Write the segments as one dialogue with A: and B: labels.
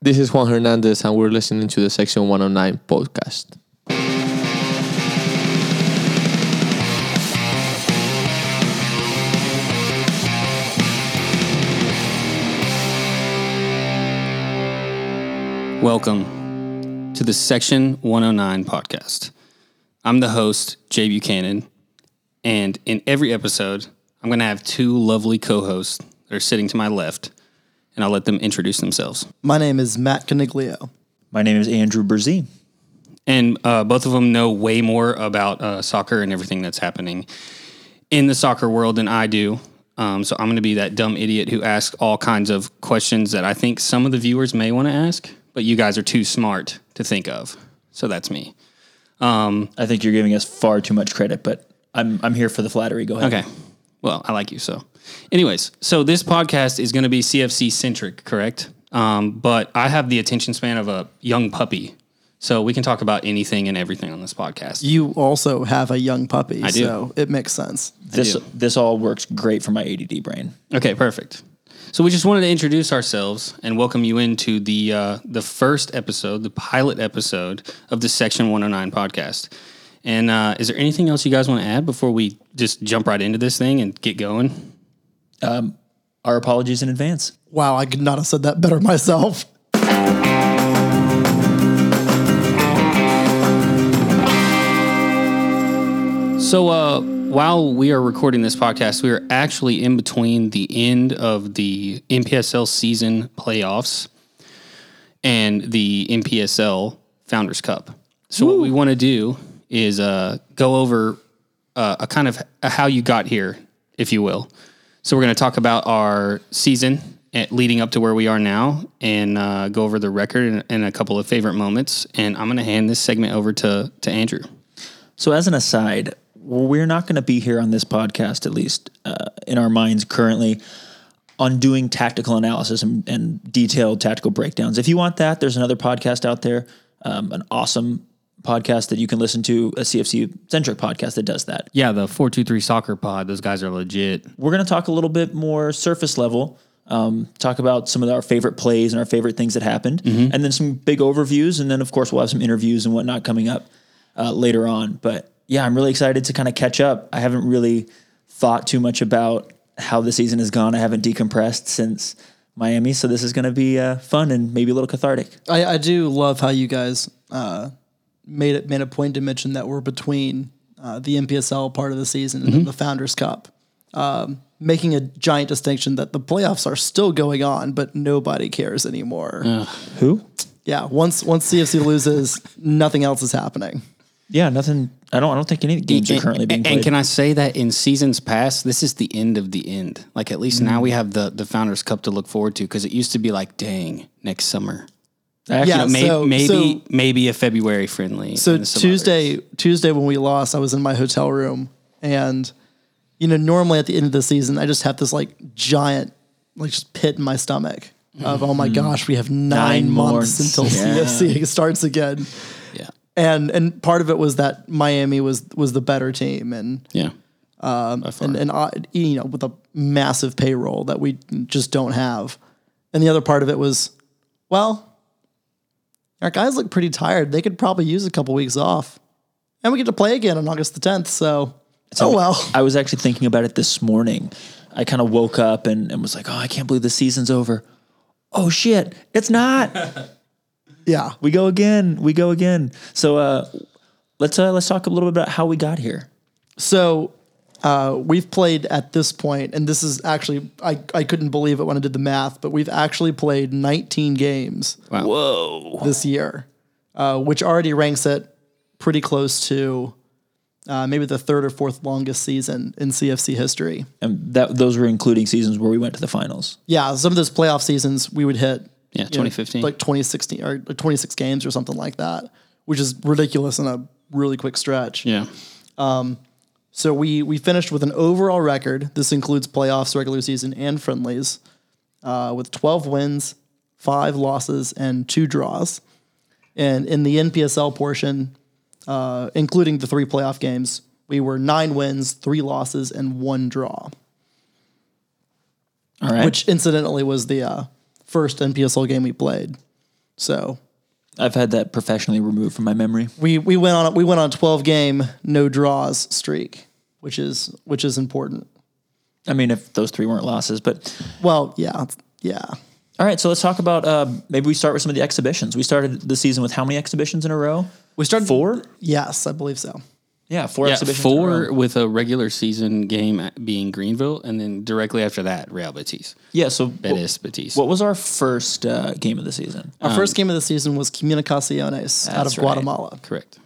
A: This is Juan Hernandez, and we're listening to the Section 109 podcast.
B: Welcome to the Section 109 podcast. I'm the host, Jay Buchanan, and in every episode, I'm going to have two lovely co hosts that are sitting to my left, and I'll let them introduce themselves.
C: My name is Matt Caniglio.
D: My name is Andrew Berzee.
B: And uh, both of them know way more about uh, soccer and everything that's happening in the soccer world than I do. Um, so I'm going to be that dumb idiot who asks all kinds of questions that I think some of the viewers may want to ask, but you guys are too smart to think of. So that's me.
D: I think you're giving us far too much credit, but I'm I'm here for the flattery. Go ahead.
B: Okay. Well, I like you so. Anyways, so this podcast is going to be CFC centric, correct? Um, but I have the attention span of a young puppy, so we can talk about anything and everything on this podcast.
C: You also have a young puppy,
B: do.
C: so it makes sense.
D: This
B: do.
D: this all works great for my ADD brain.
B: Okay, perfect. So we just wanted to introduce ourselves and welcome you into the uh, the first episode, the pilot episode of the Section 109 podcast. And uh, is there anything else you guys want to add before we just jump right into this thing and get going?
D: Our apologies in advance.
C: Wow, I could not have said that better myself.
B: So uh, while we are recording this podcast, we are actually in between the end of the NPSL season playoffs and the NPSL Founders Cup. So what we want to do is uh, go over uh, a kind of a how you got here, if you will. So we're going to talk about our season at, leading up to where we are now, and uh, go over the record and, and a couple of favorite moments. And I'm going to hand this segment over to to Andrew.
D: So, as an aside, we're not going to be here on this podcast, at least uh, in our minds currently, on doing tactical analysis and, and detailed tactical breakdowns. If you want that, there's another podcast out there, um, an awesome podcast that you can listen to, a CFC centric podcast that does that.
B: Yeah, the 423 soccer pod, those guys are legit.
D: we're going to talk a little bit more surface level um, talk about some of our favorite plays and our favorite things that happened
B: Mm-hmm.
D: and then some big overviews and then of course we'll have some interviews and whatnot coming up uh, later on but yeah i'm really excited to kind of catch up i haven't really thought too much about how the season has gone i haven't decompressed since miami so this is going to be uh, fun and maybe a little cathartic
C: I, I do love how you guys uh, made it made a point to mention that we're between uh, the NPSL part of the season and then the Founders Cup, um, making a giant distinction that the playoffs are still going on, but nobody cares anymore.
D: who
C: Yeah, once once CFC loses, nothing else is happening.
D: yeah nothing i don't i don't think any games are currently being
B: and,
D: played
B: and can I say that in seasons past, this is the end of the end. Like at least now we have the the Founders Cup to look forward to because it used to be like, dang, next summer,
D: I actually
C: Yeah,
D: don't-
B: May-
C: So-
B: maybe
C: so-
B: maybe a February friendly.
C: So
B: and some
C: Tuesday,
B: others.
C: Tuesday when we lost, I was in my hotel room, and you know, normally at the end of the season, I just have this like giant, like just pit in my stomach of oh my gosh, we have nine,
D: Mm-hmm. Nine
C: months
D: months.
C: until
D: Yeah.
C: CFC starts again,
B: yeah,
C: and and part of it was that Miami was was the better team, and
B: yeah,
C: and and uh, you know with a massive payroll that we just don't have, and the other part of it was, well. Our guys look pretty tired. They could probably use a couple weeks off. And we get to play again on August the 10th. So, oh well.
D: I was actually thinking about it this morning. I kind of woke up and, and was like, oh, I can't believe the season's over. Oh shit, it's not.
C: Yeah.
D: we go again. We go again. So uh, let's uh, let's talk a little bit about how we got here.
C: So, uh, we've played at this point, and this is actually, I, I couldn't believe it when I did the math, but we've actually played 19 games
D: Whoa.
C: this year, uh, which already ranks it pretty close to uh, maybe the third or fourth longest season in CFC history.
D: And that those were including seasons where we went to the finals.
C: Yeah. Some of those playoff seasons we would hit
B: yeah,
C: you know,
B: 2015.
C: like 2016 or like 26 games or something like that, which is ridiculous in a really quick stretch.
B: yeah,
C: So we we finished with an overall record. This includes playoffs, regular season, and friendlies, uh, with 12 wins, five losses, and two draws. And in the NPSL portion, uh, including the three playoff games, we were nine wins, three losses, and one draw,
D: All right.
C: which incidentally was the uh, first NPSL game we played. So
D: I've had that professionally removed from my memory.
C: we we went on a, we went on a 12 game no draws streak, which is which is important.
D: I mean, if those three weren't losses, but
C: Well, yeah, it's- yeah.
D: all right. So let's talk about uh, maybe we start with some of the exhibitions. We started the season with how many exhibitions in a row?
C: We started
D: Four.
C: Yes, I believe so.
D: Yeah, four
B: Yeah,
D: exhibitions. in a row.
B: four with a regular season game at- being Greenville, and then directly after that, Real Betis.
D: Yeah. So what,
B: Betis, Betis.
D: what was our first uh, game of the season?
C: Our first game of the season was Comunicaciones out of
D: That's right.
C: Guatemala.
B: Correct.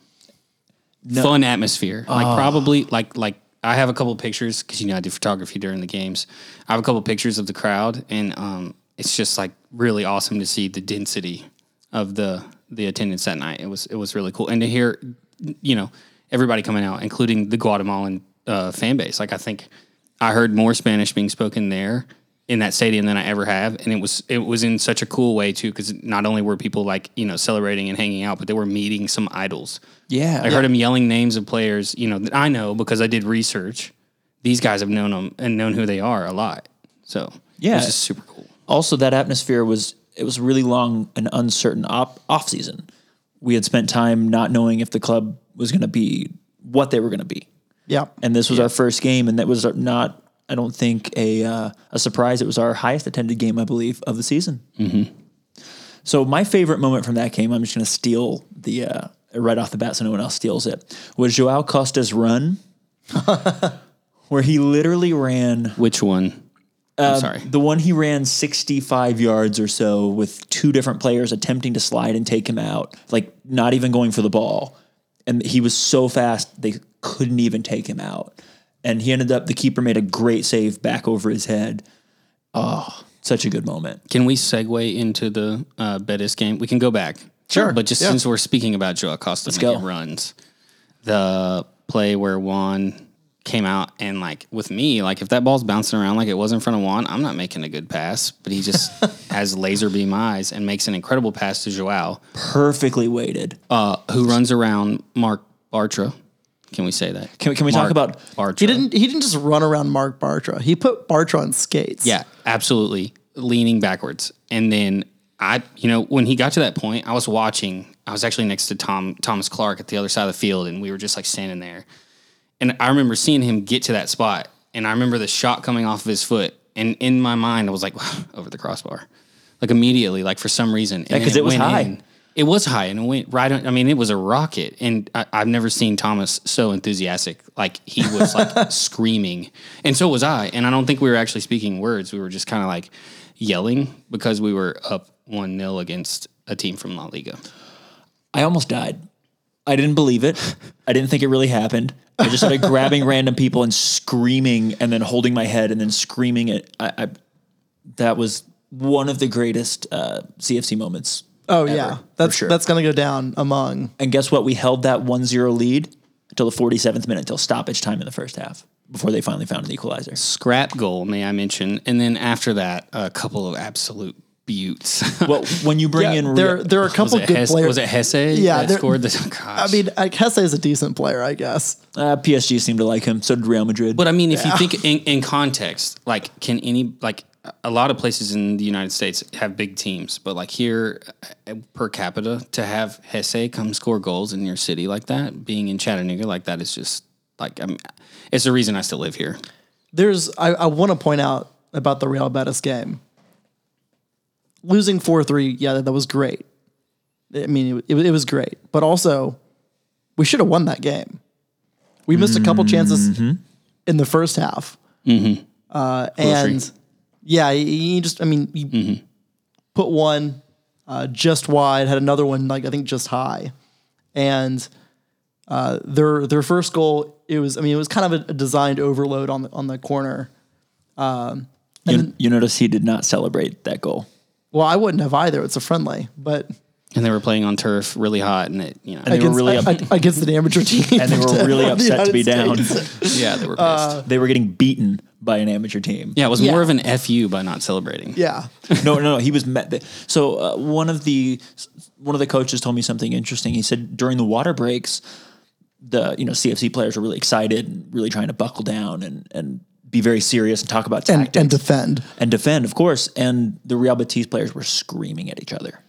B: Fun atmosphere. Like probably like like I have a couple pictures because you know I do photography during the games. I have a couple pictures of the crowd, and um, it's just like really awesome to see the density of the the attendance that night. It was it was really cool, and to hear you know everybody coming out, including the Guatemalan uh, fan base. Like I think I heard more Spanish being spoken there in that stadium than I ever have, and it was it was in such a cool way too because not only were people like you know celebrating and hanging out, but they were meeting some idols.
D: Yeah.
B: I heard him yelling names of players. You know that I know because I did research. These guys have known them and known who they are a lot. So
D: Yeah.
B: it was just super cool.
D: also that atmosphere was it was a really long and uncertain op- off season. We had spent time not knowing if the club was going to be what they were going to be,
C: Yeah.
D: and this was our first game, and that was not I don't think a uh, a surprise. It was our highest attended game, I believe, of the season. Mm-hmm. So my favorite moment from that game, I'm just going to steal the uh, right off the bat, so no one else steals it. Was Joao Costa's run. Where he literally ran
B: Which one? I'm sorry.
D: the one he ran 65 yards or so with two different players attempting to slide and take him out, like not even going for the ball. And he was so fast, they couldn't even take him out. And he ended up, the keeper made a great save back over his head. Oh, such a good moment.
B: Can we segue into the uh, Betis game? We can go back. Sure. But just since we're speaking about Joe Acosta Let's
D: go.
B: runs, the play where Juan came out and like with me, like if that ball's bouncing around like it was in front of Juan, I'm not making a good pass. But he just has laser beam eyes and makes an incredible pass to Joao,
D: Perfectly weighted.
B: uh, who runs around Mark Bartra. Can we say that?
D: Can, we- can we talk
B: Mark
D: about
B: Bartra?
C: He didn't. He didn't just run around Mark Bartra. He put Bartra on skates.
B: Yeah, absolutely. Leaning backwards. And then I, you know, when he got to that point, I was watching. I was actually next to Tom Thomas Clark at the other side of the field, and we were just like standing there. And I remember seeing him get to that spot, and I remember the shot coming off of his foot. And in my mind, I was like, over the crossbar, like immediately, like for some reason. And then
D: 'cause it was
B: went
D: high.
B: in. It was high, and it went right. On, I mean, it was a rocket, and I, I've never seen Thomas so enthusiastic. Like he was like screaming, and so was I. And I don't think we were actually speaking words. We were just kind of like yelling because we were up one 0 against a team from La Liga.
D: I almost died. I didn't believe it. I didn't think it really happened. I just started grabbing random people and screaming, and then holding my head and then screaming it. I, I that was one of the greatest uh, CFC moments.
C: Oh yeah. That's
D: sure.
C: that's gonna go down among.
D: And guess what? We held that 1-0 lead until the 47th minute, until stoppage time in the first half, before they finally found an equalizer.
B: Scrap goal, may I mention? And then after that, a couple of absolute buttes.
D: Well, when you bring
C: Yeah,
D: in
C: there there are a
B: was
C: couple
B: it
C: good
B: Hesse?
C: players.
B: Was it Hesse?
C: Yeah,
B: that
C: there-
B: scored the. Gosh.
C: I mean, I Hesse is a decent player, I guess.
D: uh, PSG seemed to like him, so did Real Madrid.
B: But I mean, if you think in, in context, like, can any like a lot of places in the United States have big teams, but like here uh, per capita, to have Hesse come score goals in your city like that, being in Chattanooga like that is just like I'm, it's the reason I still live here.
C: There's. I, I want to point out about the Real Betis game. Losing four three. Yeah, that, that was great. I mean, it, wa- it, wa- it was great, but also we should have won that game. We missed a couple chances in the first half. Mm-hmm. Uh, and yeah, you- you just. I mean, you put one uh, just wide, had another one like I think just high, and uh, their their first goal it was I mean it was kind of a, a designed overload on the on the corner.
D: you, you notice he did not celebrate that goal.
C: Well, I wouldn't have either. It's a friendly, but
B: And they were playing on turf, really hot, and it you know
D: They were
C: against,
D: really
C: a-
D: up-
C: a- against an amateur team,
D: And they were really
C: of the
D: upset to be
C: United
D: down.
C: States.
B: yeah they were pissed.
D: they were getting beaten by an amateur team.
B: yeah, it was
C: Uh, yeah.
B: more of an fu by not celebrating.
C: Yeah,
D: no, no, no. He was met. So uh, one of the one of the coaches told me something interesting. He said during the water breaks, the you know CFC players were really excited and really trying to buckle down and and be very serious and talk about
C: and,
D: tactics
C: and defend.
D: and defend, of course. And the Real Betis players were screaming at each other.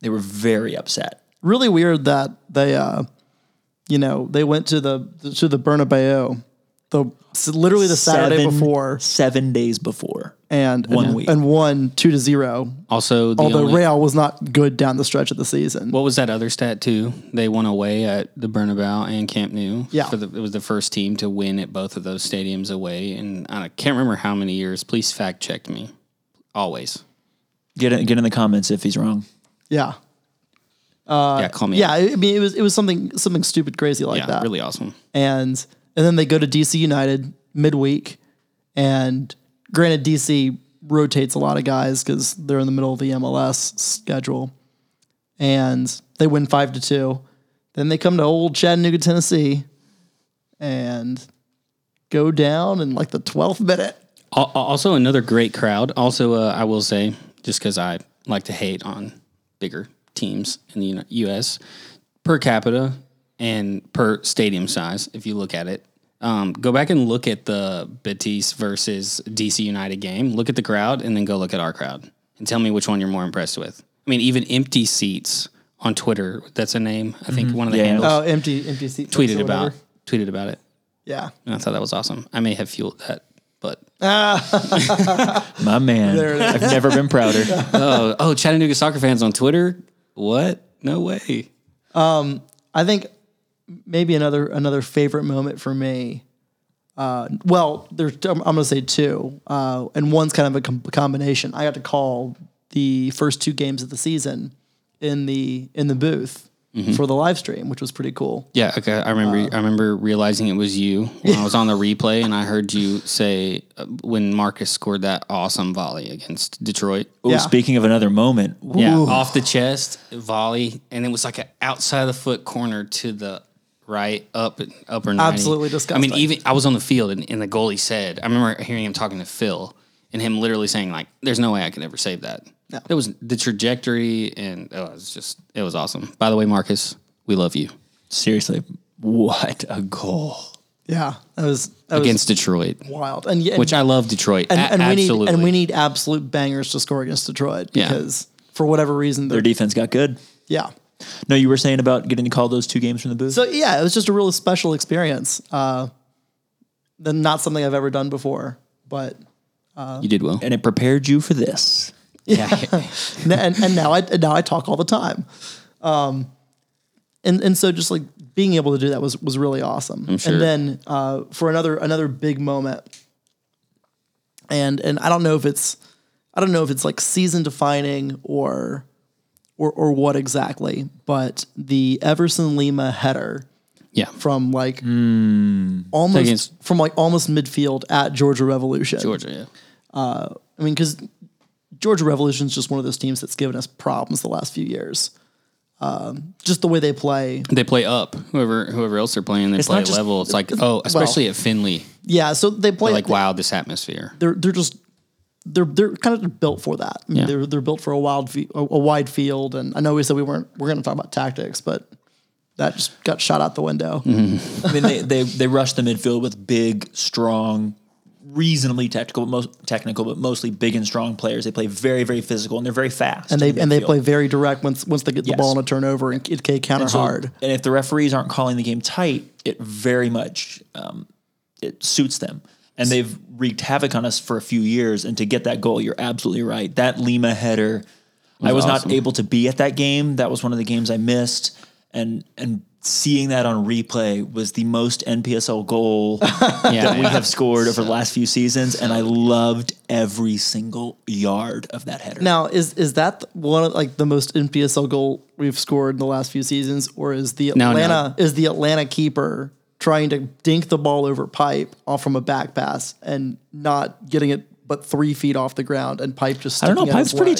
D: They were very upset.
C: Really weird that they, uh, you know, they went to the to the Bernabeu, the s- literally the Saturday
D: Seven-
C: before,
D: seven days before.
C: and
D: one
C: and,
D: week.
C: and won two to zero.
B: Also, the
C: Although
B: only,
C: Real was not good down the stretch of the season.
B: what was that other stat too? They won away at the Bernabeu and Camp Nou.
C: Yeah.
B: for the, it was the first team to win at both of those stadiums away, and I can't remember how many years. Please fact check me. Always,
D: Get in, get in the comments if he's wrong.
C: yeah,
B: yeah, call me.
C: Uh, yeah.
B: out.
C: I I mean, it was it was something something stupid crazy like
B: yeah,
C: that.
B: really awesome.
C: and and then they go to DC United midweek, and granted DC rotates a lot of guys because they're in the middle of the MLS schedule, and they win five to two. Then they come to old Chattanooga, Tennessee, and go down in like the twelfth minute.
B: Al- al- Also, another great crowd. Also, uh, I will say, just because I like to hate on bigger teams in the Uni- U.S. per capita and per stadium size, if you look at it, um, go back and look at the Batiste versus DC United game. Look at the crowd, and then go look at our crowd, and tell me which one you're more impressed with. I mean, even empty seats on Twitter. That's a name. I think one of the
D: Yeah.
B: handles
C: Oh, empty, empty seat.
B: tweeted
C: or
B: about
C: whatever.
B: tweeted about it.
C: Yeah,
B: And I thought that was awesome. I may have fueled that, but
D: My man. I've never been prouder.
B: oh, oh, Chattanooga soccer fans on Twitter. What? No way.
C: I think maybe another another favorite moment for me. Uh, well, there's I'm going to say two, uh, and one's kind of a com- combination. I got to call the first two games of the season in the in the booth
B: Mm-hmm.
C: for the live stream, which was pretty cool.
B: Yeah, okay. I remember. I remember realizing it was you when I was on the replay, and I heard you say uh, when Marcus scored that awesome volley against Detroit.
D: Ooh,
C: Yeah.
D: Speaking of another moment,
B: Yeah,
D: Ooh.
B: off the chest volley, and it was like an outside of the foot corner to the right, up upper. 90.
C: Absolutely disgusting.
B: I mean, even I was on the field, and, and the goalie said, I remember hearing him talking to Phil, and him literally saying like, "There's no way I could ever save that."
C: No.
B: It was the trajectory, and oh, it was just it was awesome. By the way, Marcus, we love you
D: seriously, what a goal.
C: Yeah, that was that
B: against Detroit,
C: was wild, and, and
B: which I love Detroit.
C: and,
B: A-
C: and we need
B: absolutely,
C: and we need absolute bangers to score against Detroit
B: Yeah.
C: because for whatever reason
D: Their
C: they're
D: defense got good.
C: yeah
D: No, you were saying about getting to call those two games from the booth.
C: So yeah, it was just a real special experience. Uh, then not something I've ever done before, but
B: you did well.
D: and it prepared you for this.
B: Yeah,
C: and, and now I and now I talk all the time, um, and and so just like being able to do that was was really awesome.
B: sure.
C: And then uh, for another another big moment, and and I don't know if it's I don't know if it's like season defining or or or what exactly, but the Everson Lima header
B: yeah.
C: from like almost
B: Against-
C: from like almost midfield at Georgia Revolution.
B: Georgia, yeah.
C: I mean, because Georgia Revolution is just one of those teams that's given us problems the last few years. Um, just the way they play.
B: They play up. Whoever whoever else they're playing, they play
D: not just-
B: level. It's like oh, especially at Finley.
C: Yeah, so they play
B: like wow, this atmosphere.
C: They're they're just they're they're kind of built for that. I mean,
B: Yeah.
C: They're they're built for a wild fe- a, a wide field. And I know we said we weren't we're going to talk about tactics, but that just got shot out the window.
D: I mean, they, they they rushed the midfield with big, strong, reasonably technical, but most technical, but mostly big and strong players. They play very, very physical, and they're very fast.
C: And they
D: in
C: and they
D: midfield.
C: play very direct once once they get the
D: Yes.
C: ball in a turnover and it can counter
D: So-
C: hard.
D: And if the referees aren't calling the game tight, it very much um, it suits them. And they've wreaked havoc on us for a few years. And to get that goal, you're absolutely right. That Lima header, I was
B: awesome.
D: not able to be at that game. That was one of the games I missed. And and seeing that on replay was the most NPSL goal that we have scored over the last few seasons. And I loved every single yard of that header.
C: Now, is is that one of like the most NPSL goal we've scored in the last few seasons, or is the
B: No, no.
C: Atlanta is the Atlanta keeper trying to dink the ball over pipe off from a back pass and not getting it but three feet off the ground and pipe just
D: I don't know.
C: sticking out
D: Pipe's
C: his
D: pretty
C: leg?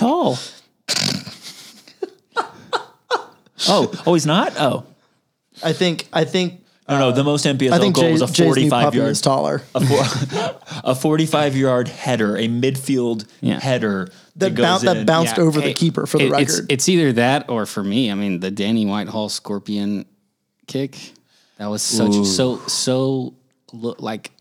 D: tall. oh, oh, he's not. Oh,
C: I think I think
D: no, no. The most NPSL
C: I think
D: goal
C: Jay,
D: was a
C: Jay's new
D: forty-five
C: puppy
D: yard,
C: is taller.
D: a, four, a forty-five yard header, a midfield
B: Yeah.
D: header
C: That, boun-
D: goes
C: that
D: in.
C: bounced
B: Yeah,
C: over
B: hey,
C: the keeper for the
B: it-
C: record.
B: It's, it's either that or for me, I mean, the Danny Whitehall scorpion kick. That was such so so lo- like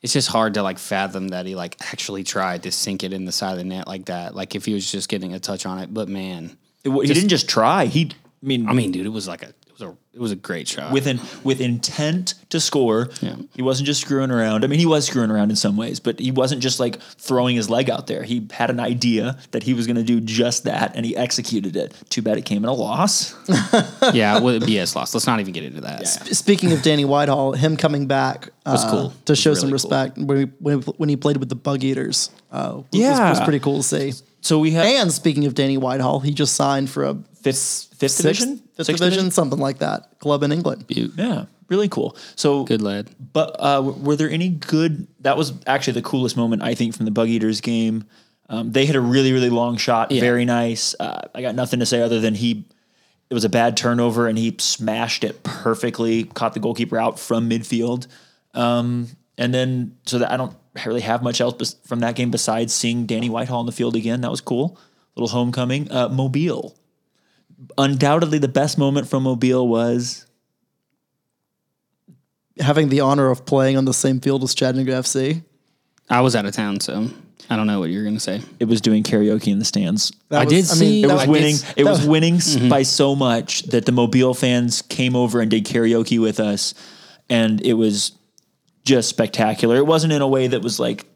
B: it's just hard to like fathom that he like actually tried to sink it in the side of the net like that. Like if he was just getting a touch on it, but man,
D: It wa- he didn't just try. He, I mean,
B: I mean, dude, it was like a it was a it was a great shot.
D: with an, with intent to score.
B: Yeah.
D: He wasn't just screwing around. I mean, he was screwing around in some ways, but he wasn't just like throwing his leg out there. He had an idea that he was going to do just that, and he executed it. Too bad it came in a loss.
B: yeah, with a BS loss. Let's not even get into that.
C: Speaking of Danny Whitehall, him coming back was
B: cool.
C: to
B: Was
C: show
B: really
C: some
B: cool.
C: respect when, he, when, he- when he played with the Bug Eaters. Uh, was- was-
D: Yeah.
C: was, pretty cool to see.
D: So we had
C: And speaking of Danny Whitehall, he just signed for a
D: fifth fifth
C: sixth,
D: division,
C: fifth
D: Sixth
C: division, something like that, club in England.
D: Yeah, really cool. So
B: Good lad.
D: But uh, w- were there any good? That was actually the coolest moment I think from the Bug Eaters game. Um, they hit a really really long shot, very nice. Uh, I got nothing to say other than he. It was a bad turnover, and he smashed it perfectly. Caught the goalkeeper out from midfield, um, and then so that I don't really have much else bes- from that game besides seeing Danny Whitehall in the field again. That was cool. Little homecoming. Uh, Mobile. Undoubtedly, the best moment from Mobile was
C: Having the honor of playing on the same field as Chattanooga FC.
B: I was out of town, so I don't know what you're gonna say.
D: it was doing karaoke in the stands.
C: That
B: I did see-
C: that
D: It
C: Mm-hmm.
D: was
B: I did
D: winning.
B: s-
D: It was winning s by so much that the Mobile fans came over and did karaoke with us, and it was just spectacular. It wasn't in a way that was like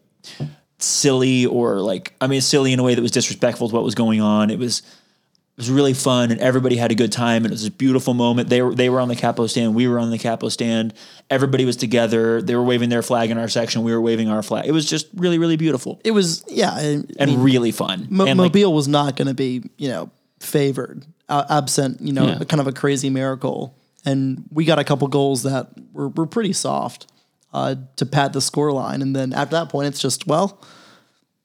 D: silly or like I mean silly in a way that was disrespectful to what was going on. It was it was really fun and everybody had a good time and it was a beautiful moment. They were they were on the capo stand, we were on the capo stand. Everybody was together. They were waving their flag in our section. We were waving our flag. It was just really really beautiful
C: It was yeah, and,
D: and really fun.
C: Mo-
D: and like,
C: Mobile was not going to be you know favored, uh, absent you know kind of a crazy miracle. And we got a couple goals that were were pretty soft uh, to pat the score line. And then at that point, it's just well,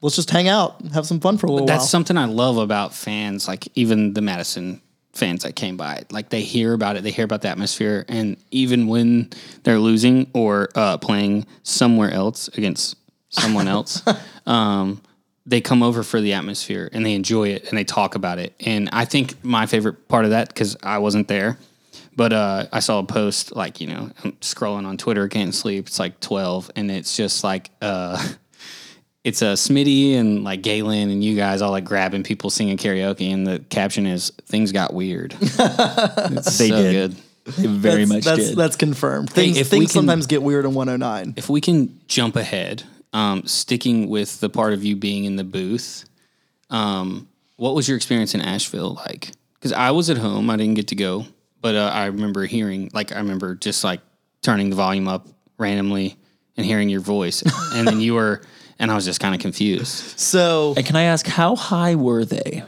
C: let's just hang out, and have some fun for a little
B: That's
C: while.
B: something I love about fans, like even the Madison fans that came by. Like they hear about it, they hear about the atmosphere, and even when they're losing or uh, playing somewhere else against someone else, um, they come over for the atmosphere and they enjoy it and they talk about it. And I think my favorite part of that because I wasn't there. But uh, I saw a post like you know I'm scrolling on Twitter can't sleep. It's like twelve, and it's just like uh, it's a uh, Smitty and like Galen and you guys all like grabbing people singing karaoke, and the caption is "Things got weird." it's
D: They
B: so
D: did.
B: good.
D: it very much
C: that's,
D: did.
C: that's confirmed. Things,
B: if we
C: things
B: can-
C: sometimes get weird in 109.
B: If we can jump ahead, um, sticking with the part of you being in the booth, um, what was your experience in Asheville like? Because I was at home, I didn't get to go, but uh, I remember hearing, like, I remember just like turning the volume up randomly and hearing your voice, and then you were, and I was just kind of confused.
C: So
D: And can I ask how high were they?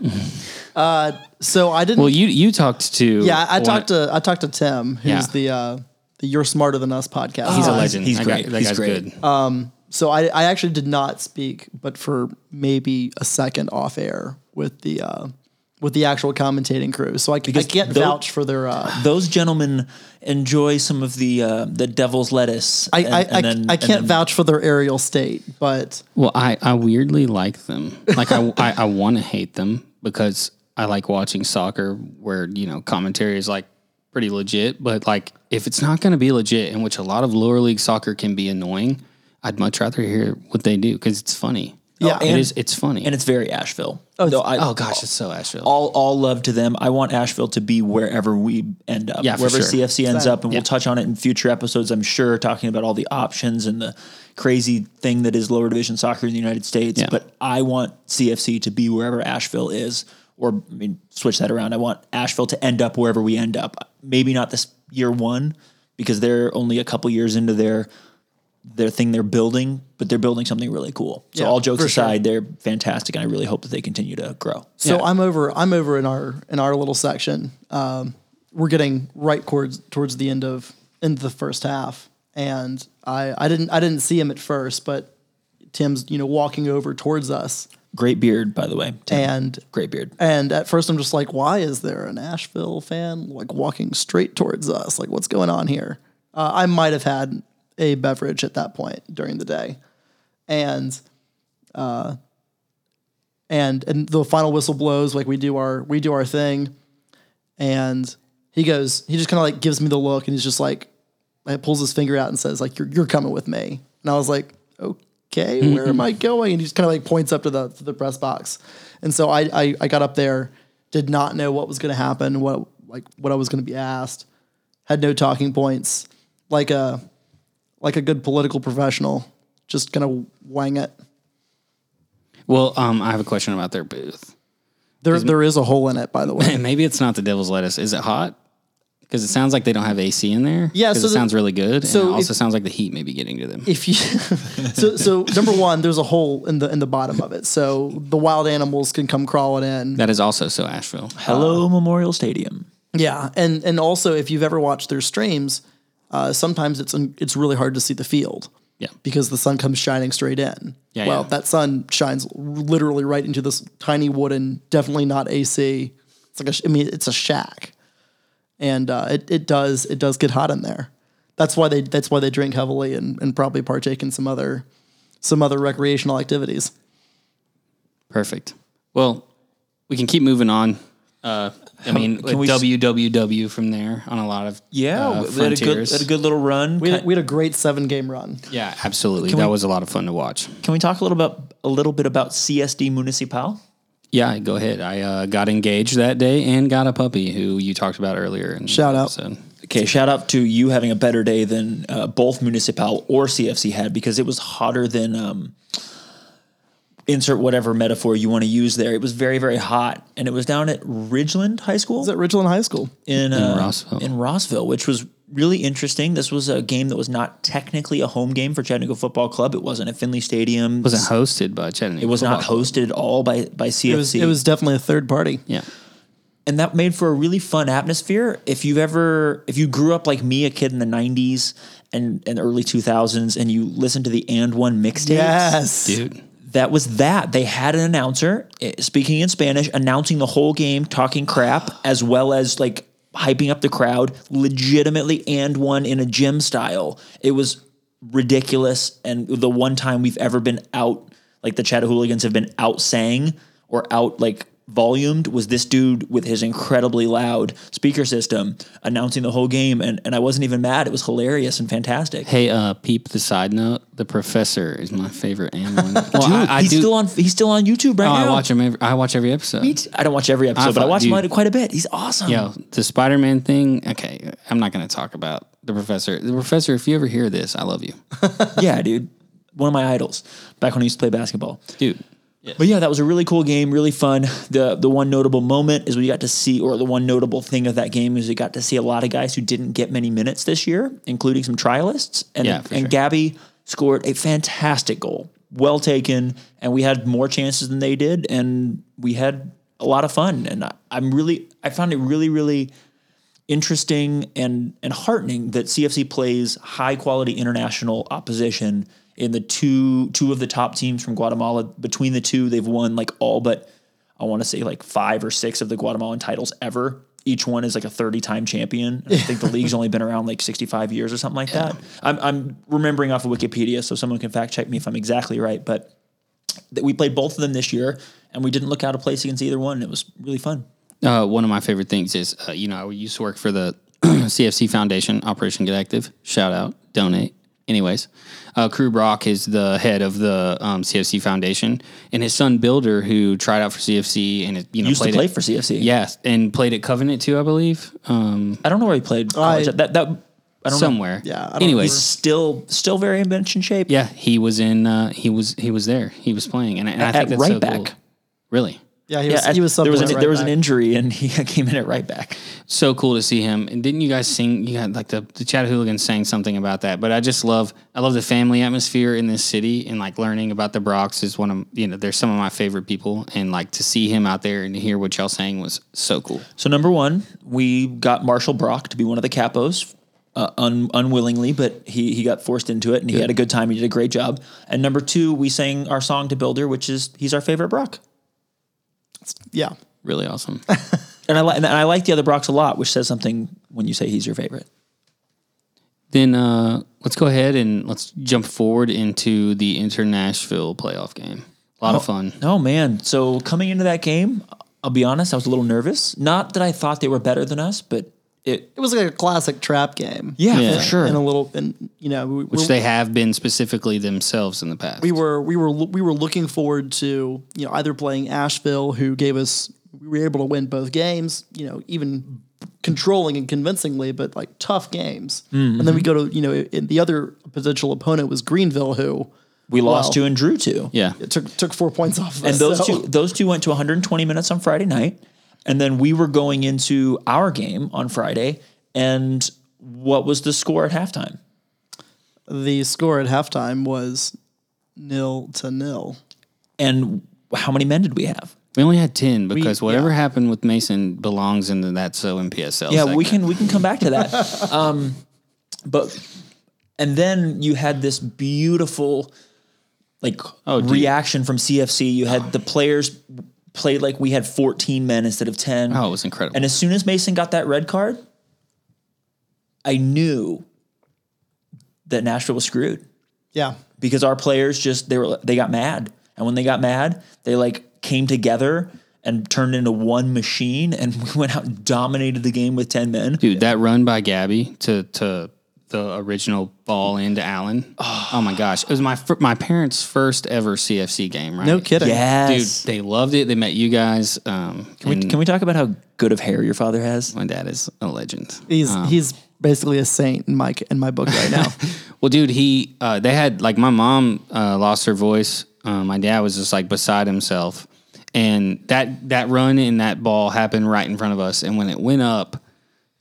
C: so I didn't.
B: Well, you you talked to
C: yeah, I
B: one-
C: talked to I talked to Tim, who's
B: Yeah.
C: the uh, the You're Smarter Than Us podcast.
B: He's a
C: Uh,
B: legend.
D: he's
B: That guy-
D: great.
B: that
D: He's
B: guy's Uh,
D: great.
B: good.
C: so I, I actually did not speak, but for maybe a second off air with the uh, with the actual commentating crew. So I, c- I can't
D: tho-
C: vouch for their. Uh,
D: Those gentlemen enjoy some of the uh, the devil's lettuce.
C: I,
D: and-
C: I,
D: and
C: I,
D: then-
C: I
D: and
C: can't
D: then-
C: vouch for their aerial state, but
B: well, I, I weirdly like them. Like I I, I want to hate them because I like watching soccer where you know commentary is like pretty legit. But like if it's not going to be legit, in which a lot of lower league soccer can be annoying, I'd much rather hear what they do because it's funny.
C: Yeah.
B: it
C: and-
B: is. It's funny.
D: and it's very Asheville. Oh, I,
B: oh gosh, it's so Asheville.
D: all all love to them. I want Asheville to be wherever we end up,
B: Yeah, for
D: wherever
B: sure.
D: CFC ends
C: Exactly.
D: up, and we'll touch on it in future episodes. I'm sure talking about all the options and the crazy thing that is lower division soccer in the United States.
B: Yeah.
D: But I want CFC to be wherever Asheville is, or I mean, switch that around. I want Asheville to end up wherever we end up. Maybe not this year one because they're only a couple years into their their thing they're building, but they're building something really cool. So
C: Yeah,
D: all jokes
C: for sure.
D: aside, they're fantastic, and I really hope that they continue to grow.
C: So I'm over. I'm over in our in our little section. Um, we're getting right towards towards the end of end of the first half, and I I didn't I didn't see him at first, but Tim's you know walking over towards us,
D: Great beard, by the way. Tim.
C: and
D: great beard.
C: and at first I'm just like, why is there an Asheville fan like walking straight towards us? Like what's going on here? Uh, I might have had a beverage at that point during the day, and uh, and and the final whistle blows like we do our we do our thing and he goes he just kind of like gives me the look and he's just like like, pulls his finger out and says like you're, you're coming with me and i was like okay where am i going and he just kind of like points up to the to the press box and so I, I i got up there did not know what was going to happen, what like what I was going to be asked, had no talking points, like a like a good political professional, just gonna wang it.
B: Well, um, I have a question about their booth.
C: There there is a hole in it, by the way.
B: And maybe it's not the devil's lettuce. Is it hot? Because it sounds like they don't have AC in there.
C: Yeah,
B: 'Cause
C: so
B: it
C: the-
B: sounds really good.
C: so
B: and it also
C: if-
B: sounds like the heat may be getting to them.
C: if you so so number one, there's a hole in the in the bottom of it, so the wild animals can come crawling in.
B: that is also so Asheville.
D: Hello, Memorial Stadium.
C: Yeah, and and also if you've ever watched their streams, uh, sometimes it's it's really hard to see the field.
B: Yeah.
C: because the sun comes shining straight in.
B: Yeah,
C: well,
B: yeah.
C: that sun shines literally right into this tiny wooden, definitely not AC. It's like a, sh- I mean, it's a shack, and uh, it it does it does get hot in there. That's why they that's why they drink heavily and, and probably partake in some other some other recreational activities.
B: Perfect. Well, we can keep moving on. Uh, I mean,
D: can we s-
B: WWW from there on a lot of
D: Yeah,
B: uh,
D: we- we had a good,
B: frontiers.
D: had a good little run.
C: We
D: Can,
C: had, we had a great seven game run.
B: yeah, absolutely. That was a lot of fun to watch.
D: can we talk a little about a little bit about CSD Municipal?
B: Yeah, go ahead. I uh, got engaged that day and got a puppy who you talked about earlier. In
C: Shout
B: the
C: out.
B: episode.
D: Okay, shout out to you having a better day than uh, both Municipal or CFC had because it was hotter than um, insert whatever metaphor you want to use there. It was very very hot, and it was down at Ridgeland High School.
C: Was at Ridgeland High School.
D: in, uh,
B: Rossville.
D: in Rossville, which was really interesting. This was a game that was not technically a home game for Chattanooga Football Club. It wasn't at Finley Stadium.
B: Wasn't hosted by Chattanooga.
D: it was not hosted at all by by CFC.
C: It was it was definitely a third party.
B: Yeah.
D: and that made for a really fun atmosphere. If you've ever, if you grew up like me, a kid in the '90s and and early 2000s, and you listened to the And One mixtapes,
C: Yes,
B: Dude.
D: that was that. They had an announcer eh, speaking in Spanish, announcing the whole game, talking crap, as well as like hyping up the crowd, legitimately and one in a gym style. It was ridiculous. And the one time we've ever been out, like the Chattahooligans have been out sang or out like volumed was this dude with his incredibly loud speaker system announcing the whole game and, and I wasn't even mad. It was hilarious and fantastic.
B: Hey, uh, peep the side note. The professor is my favorite animal. well, I, I
D: he's
B: do.
D: still on he's still on YouTube right
B: oh,
D: now.
B: I watch him. Every, I watch every episode.
D: I don't watch every episode,
B: I
D: but I
B: thought-
D: watch him
B: dude.
D: quite a bit. He's awesome.
B: Yo, the Spider Man thing. Okay, I'm not going to talk about the professor. The professor, if you ever hear this, I love you,
D: yeah, dude. One of my idols back when I used to play basketball.
B: dude.
D: But yeah, that was a really cool game, really fun. The the one notable moment is we got to see, or the one notable thing of that game is we got to see a lot of guys who didn't get many minutes this year, including some trialists. And
B: Yeah, for
D: and
B: sure.
D: Gabby scored a fantastic goal, well taken, and we had more chances than they did, and we had a lot of fun. And I, I'm really, I found it really, really interesting and and heartening that CFC plays high quality international opposition in the two two of the top teams from Guatemala. Between the two, they've won like all but I want to say like five or six of the Guatemalan titles ever. Each one is like a 30 time champion. And I think the league's only been around like 65 years or something like that. I'm, I'm remembering off of Wikipedia, so someone can fact check me if I'm exactly right. But th- we played both of them this year and we didn't look out of place against either one. It was really fun.
B: Uh, one of my favorite things is, uh, you know, I used to work for the CFC Foundation, Operation Get Active. Shout out, donate. Anyways, uh, Crew Brock is the head of the um, CFC Foundation, and his son Builder, who tried out for CFC and you know
D: Used
B: played
D: to play
B: at-
D: for CFC.
B: yes, and played at Covenant too, I believe, um,
D: I don't know where he played college.
C: Oh, I-
D: that that I don't know.
B: somewhere.
C: Yeah, I don't
B: Anyways,
D: He's still still very in bench in shape.
B: Yeah, he was in. Uh, he was he was there. He was playing, and, I- and I
D: At-
B: think
D: at
B: that's
D: right
B: so cool.
D: back.
B: Really,
C: yeah, he was
D: I-
C: he was
D: there was an,
C: something right
D: there was an
C: back.
D: injury and he came in at right back.
B: so cool to see him. And didn't you guys sing? You had like the the Chattahooligans sang something about that. But I just love I love the family atmosphere in this city, and like learning about the Bronx is one of you know they're some of my favorite people, and like to see him out there and to hear what y'all sang was so cool.
D: So number one, we got Marshall Brock to be one of the capos, uh, un, unwillingly, but he he got forced into it and he had a good time. He did a great job. And number two, we sang our song to Builder, which is he's our favorite Brock.
C: Yeah,
B: Really awesome.
D: And I li- and I like the other Brocks a lot, which says something when you say he's your favorite.
B: then uh, let's go ahead and let's jump forward into the Internashville playoff game. A lot of fun.
D: Oh man! So coming into that game, I'll be honest, I was a little nervous. Not that I thought they were better than us, but it
C: it was like a classic trap game.
D: yeah,
B: Yeah.
D: for sure.
C: and a little and you know we,
B: Which
C: we-
B: they have been specifically themselves in the past.
C: we were we were we were looking forward to you know either playing Asheville who gave us we were able to win both games, you know, even controlling and convincingly, but like tough games. And then we go to, you know, and the other potential opponent was Greenville, who
D: We lost
C: Wow.
D: to and drew to.
B: Yeah.
C: took took four points off. Of
D: And
C: us,
D: those
C: so-
D: two those two went to 120 minutes on Friday night. And then we were going into our game on Friday. And what was the score at halftime?
C: the score at halftime was nil to nil.
D: And how many men did we have?
B: We only had 10 because
C: yeah.
B: whatever happened with Mason belongs in the That's So MPSL.
D: Yeah, we
B: segment.
D: can we can come back to that. um, but and then you had this beautiful like
B: Oh, dude.
D: reaction from CFC. You had the players played like we had 14 men instead of 10.
B: Oh, it was incredible.
D: And as soon as Mason got that red card, I knew that Nashville was screwed
C: Yeah,
D: because our players just they were they got mad, and when they got mad, they like came together and turned into one machine, and we went out and dominated the game with ten men.
B: Dude, that run by Gabby to to the original ball into Allen. Oh, my gosh, it was my fir- my parents' first ever CFC game. Right?
C: no kidding.
B: Dude,
D: Yes.
B: they loved it. They met you guys. Um, and
D: Can we talk about how good of hair your father has?
B: my dad is a legend.
C: he's he's basically a saint in my in my book right now.
B: Well, dude, he uh, they had like my mom uh, lost her voice. Uh, my dad was just like beside himself, and that that run and that ball happened right in front of us. And when it went up,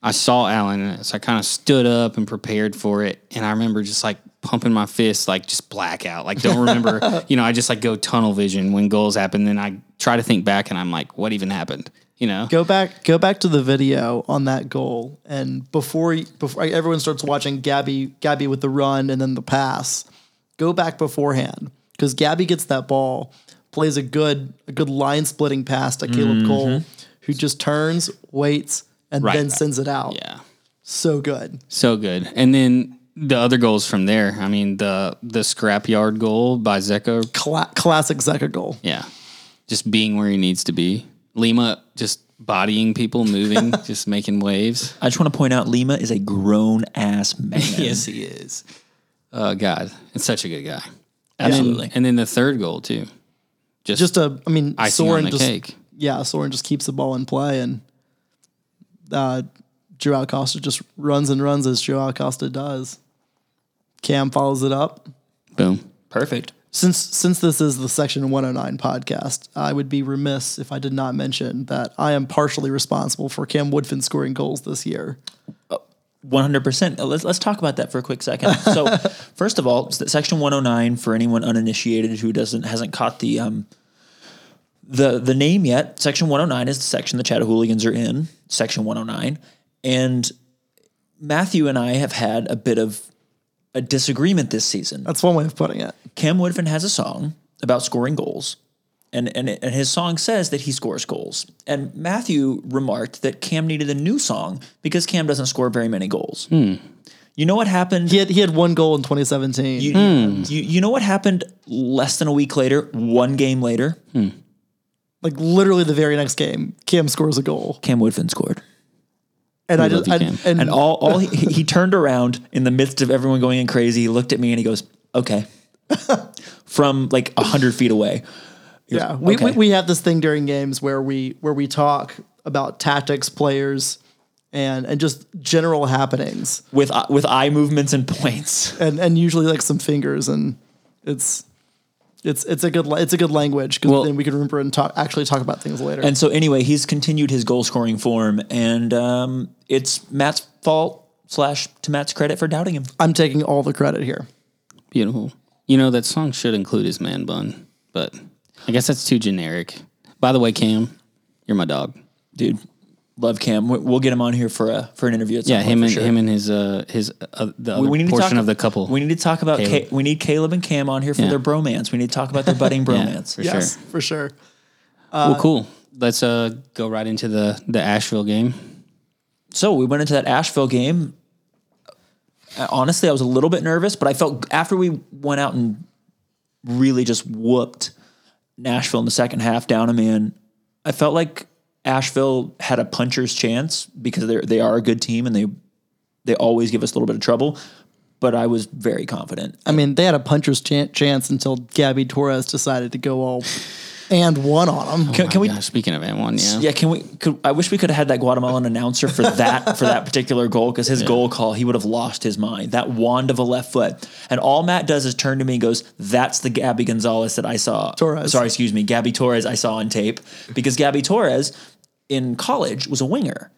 B: I saw Allen, and so I kind of stood up and prepared for it. And I remember just like pumping my fist, like just blackout, like don't remember. you know, I just like go tunnel vision when goals happen. Then I try to think back, and I'm like, what even happened? You know,
C: go back go back to the video on that goal and before before everyone starts watching Gabby Gabby with the run and then the pass go back beforehand cuz Gabby gets that ball plays a good a good line splitting pass to Caleb Cole who just turns waits and
B: Mm-hmm. Right.
C: then sends it out
B: yeah.
C: so good
B: So good. And then the other goals from there. I mean, the the scrapyard goal by Zeko.
C: Cla- classic Zeka goal
B: Yeah. Just being where he needs to be. Lima just bodying people, moving, just making waves.
D: I just want to point out Lima is a grown ass man.
B: Yes, he is. Oh God. It's such a good guy.
D: Absolutely.
B: And then, and then the third goal too. Just,
C: just a I mean
B: icing
C: Soren
B: on the
C: just
B: cake.
C: yeah Soren just keeps the ball in play and uh Joao Costa just runs and runs as Joao Costa does. Cam follows it up.
B: Boom.
D: Perfect.
C: Since since this is the Section 109 podcast, I would be remiss if I did not mention that I am partially responsible for Cam Woodfin scoring goals this year.
D: One hundred percent. Uh, Let's let's talk about that for a quick second. So, first of all, s- Section one hundred nine for anyone uninitiated who doesn't hasn't caught the um the the name yet. Section one hundred nine is the section the Chattahooligans are in. Section one hundred nine, and Matthew and I have had a bit of a disagreement this season.
C: That's one way of putting it.
D: Cam Woodfin has a song about scoring goals, and and and his song says that he scores goals. And Matthew remarked that Cam needed a new song because Cam doesn't score very many goals. You know what happened?
C: He had he had one goal in 2017.
D: You, you, you know what happened less than a week later, one game later?
C: like literally the very next game, Cam scores a goal.
D: Cam Woodfin scored.
C: And I
B: love
C: just
B: you,
C: I-
B: Cam.
C: and,
D: And all, all he, he turned around in the midst of everyone going in crazy. He looked at me and he goes, okay. From like 100 feet away. He goes,
C: Yeah, we, we
D: "Okay."
C: we have this thing during games where we where we talk about tactics, players, and and just general happenings,
D: with, eye- with eye movements and points.
C: and and usually like some fingers, and it's it's it's a good la- it's a good language because
B: Well-
C: then we can remember and talk actually talk about things later.
D: And so, anyway, he's continued his goal scoring form, and um, it's Matt's fault slash to Matt's credit for doubting him.
C: I'm taking all the credit here.
B: Beautiful. You know, that song should include his man bun, but I guess that's too generic. By the way, Cam, you're my dog.
D: Dude, love Cam. We- We'll get him on here for a for an interview. At some
B: Yeah,
D: point
B: him
D: for
B: and
D: sure.
B: him and his uh his uh, the other
D: We need to
B: portion
D: talk,
B: of the couple.
D: We need to talk about
B: Caleb.
D: Ca- we need Caleb and Cam on here for
B: Yeah.
D: their bromance. We need to talk about their budding bromance.
B: for
C: yes,
B: sure.
C: for sure.
B: well, cool. Let's uh go right into the the Asheville game.
D: So we went into that Asheville game. Uh, Honestly, I was a little bit nervous, but I felt after we went out and really just whooped Nashville in the second half down a man, I felt like Asheville had a puncher's chance because they they are a good team and they they always give us a little bit of trouble. But I was
C: Oh
D: very confident.
C: I mean, they had a puncher's chan- chance until Gabby Torres decided to go all and one on them.
D: Can, can we?
B: Yeah, speaking of M1, yeah.
D: Yeah, can we? Could, I wish we could have had that Guatemalan announcer for that for that particular goal because his goal call he would have lost his mind. That wand of a left foot, and all Matt does is turn to me and goes, "That's the Gabby Gonzalez that I saw."
C: Torres.
D: Sorry, excuse me, Gabby Torres I saw on tape because Gabby Torres in college was a winger.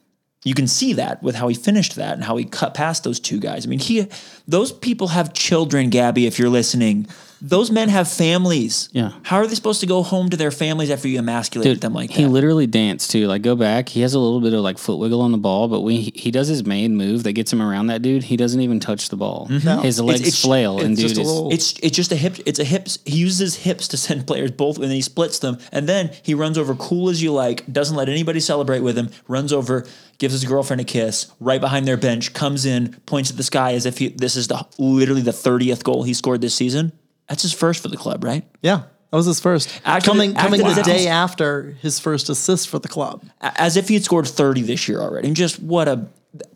D: You can see that with how he finished that and how he cut past those two guys. I mean, he those people have children, Gabby. If you're listening. Those men have families.
B: Yeah.
D: How are they supposed to go home to their families after you emasculate them like that?
B: He literally danced too. Like go back. He has a little bit of like foot wiggle on the ball, but when he, he does his main move that gets him around that dude, he doesn't even touch the ball. His legs
D: Mm-hmm. it's-
B: flail and
C: it's
B: dude
C: just a
B: is
C: little-
D: It's it's just a hip. It's a hips. He uses his hips to send players both, and then he splits them, and then he runs over cool as you like. Doesn't let anybody celebrate with him. Runs over, gives his girlfriend a kiss right behind their bench. Comes in, points at the sky as if he, this is the literally the thirtieth goal he scored this season. That's his first for the club, right?
C: Yeah, that was his first.
D: Acted-
C: coming coming
D: acted
C: the
D: as if
C: day
D: he's-
C: after his first assist for the club.
D: A- As if he had scored thirty this year already. And just what a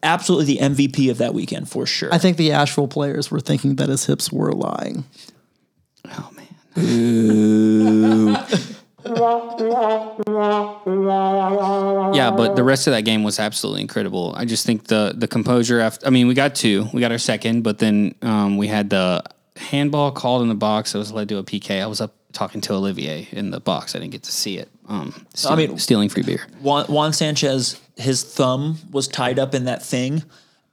D: absolutely the MVP of that weekend for sure.
C: I think the Asheville players were thinking that his hips were lying.
B: Oh man. yeah, but the rest of that game was absolutely incredible. I just think the the composure after I mean, we got two. We got our second, but then um, we had the handball called in the box that was led to a PK. I was up talking to Olivier in the box. I didn't get to see it. Um stealing,
D: mean-
B: stealing free beer.
D: Juan, Juan Sanchez, his thumb was tied up in that thing,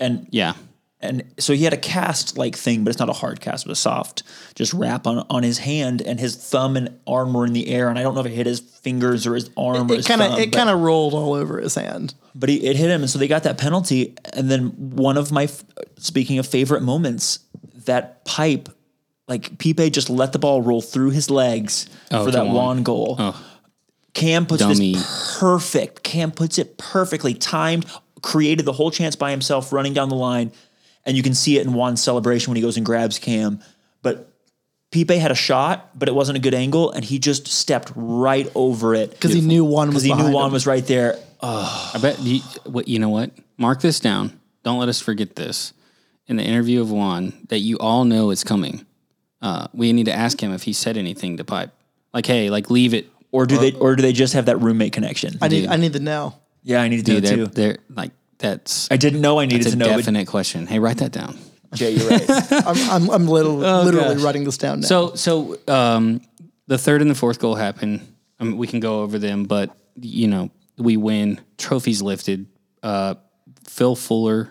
D: and
B: Yeah.
D: and so he had a cast like thing, but it's not a hard cast, but a soft just wrap on on his hand, and his thumb and arm were in the air, and I don't know if it hit his fingers or his arm or
C: It
D: his
C: kind of
D: thumb,
C: it
D: but-
C: kind of rolled all over his hand.
D: but he, it hit him, and so they got that penalty. And then one of my, f- speaking of favorite moments, that pipe, like Pipe just let the ball roll through his legs for
C: Oh,
B: to
D: that
B: Juan.
D: one goal. Cam puts
B: Dummy.
D: this perfect. Cam puts it perfectly timed, created the whole chance by himself, running down the line, and you can see it in Juan's celebration when he goes and grabs Cam. But Pipe had a shot, but it wasn't a good angle, and he just stepped right over it
C: Because he knew one was
D: because he knew
C: behind
D: Juan
C: him.
D: was right there.
B: I bet you, what you know what? Mark this down. Don't let us forget this. In the interview of Juan that you all know is coming. Uh, we need to ask him if he said anything to Pipe. Like, hey, like leave it.
D: or do they or do they just have that roommate connection?
C: I need I need to know.
D: yeah, I need to
B: Dude,
D: know
B: they're,
D: too.
B: they're like that's
D: I didn't know I needed
B: it's
D: to
B: a
D: know.
B: definite question. Hey, write that down.
D: But Jay, you're right.
C: I'm I'm, I'm literally, literally
D: Oh, gosh.
C: writing this down now.
B: So, so um, the third and the fourth goal happen. I mean, we can go over them, but you know, we win. Trophies lifted. Uh, Phil Fuller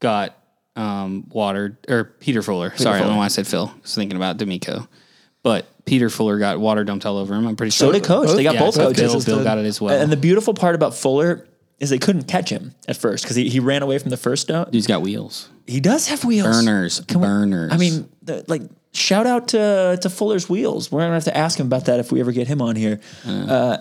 B: got um, watered, or Peter Fuller. sorry, I don't know why I said Phil. I was thinking about D'Amico, but Peter Fuller got water dumped all over him. I'm pretty sure.
D: so did coach. They got
B: Yeah,
D: both
B: so
D: coaches.
B: Bill, Bill got it as well.
D: And the beautiful part about Fuller is they couldn't catch him at first because he, he ran away from the first note.
B: He's got wheels,
D: He does have wheels.
B: burners, burners.
D: I mean, the, like shout out to to Fuller's wheels. We're gonna have to ask him about that if we ever get him on here. Uh,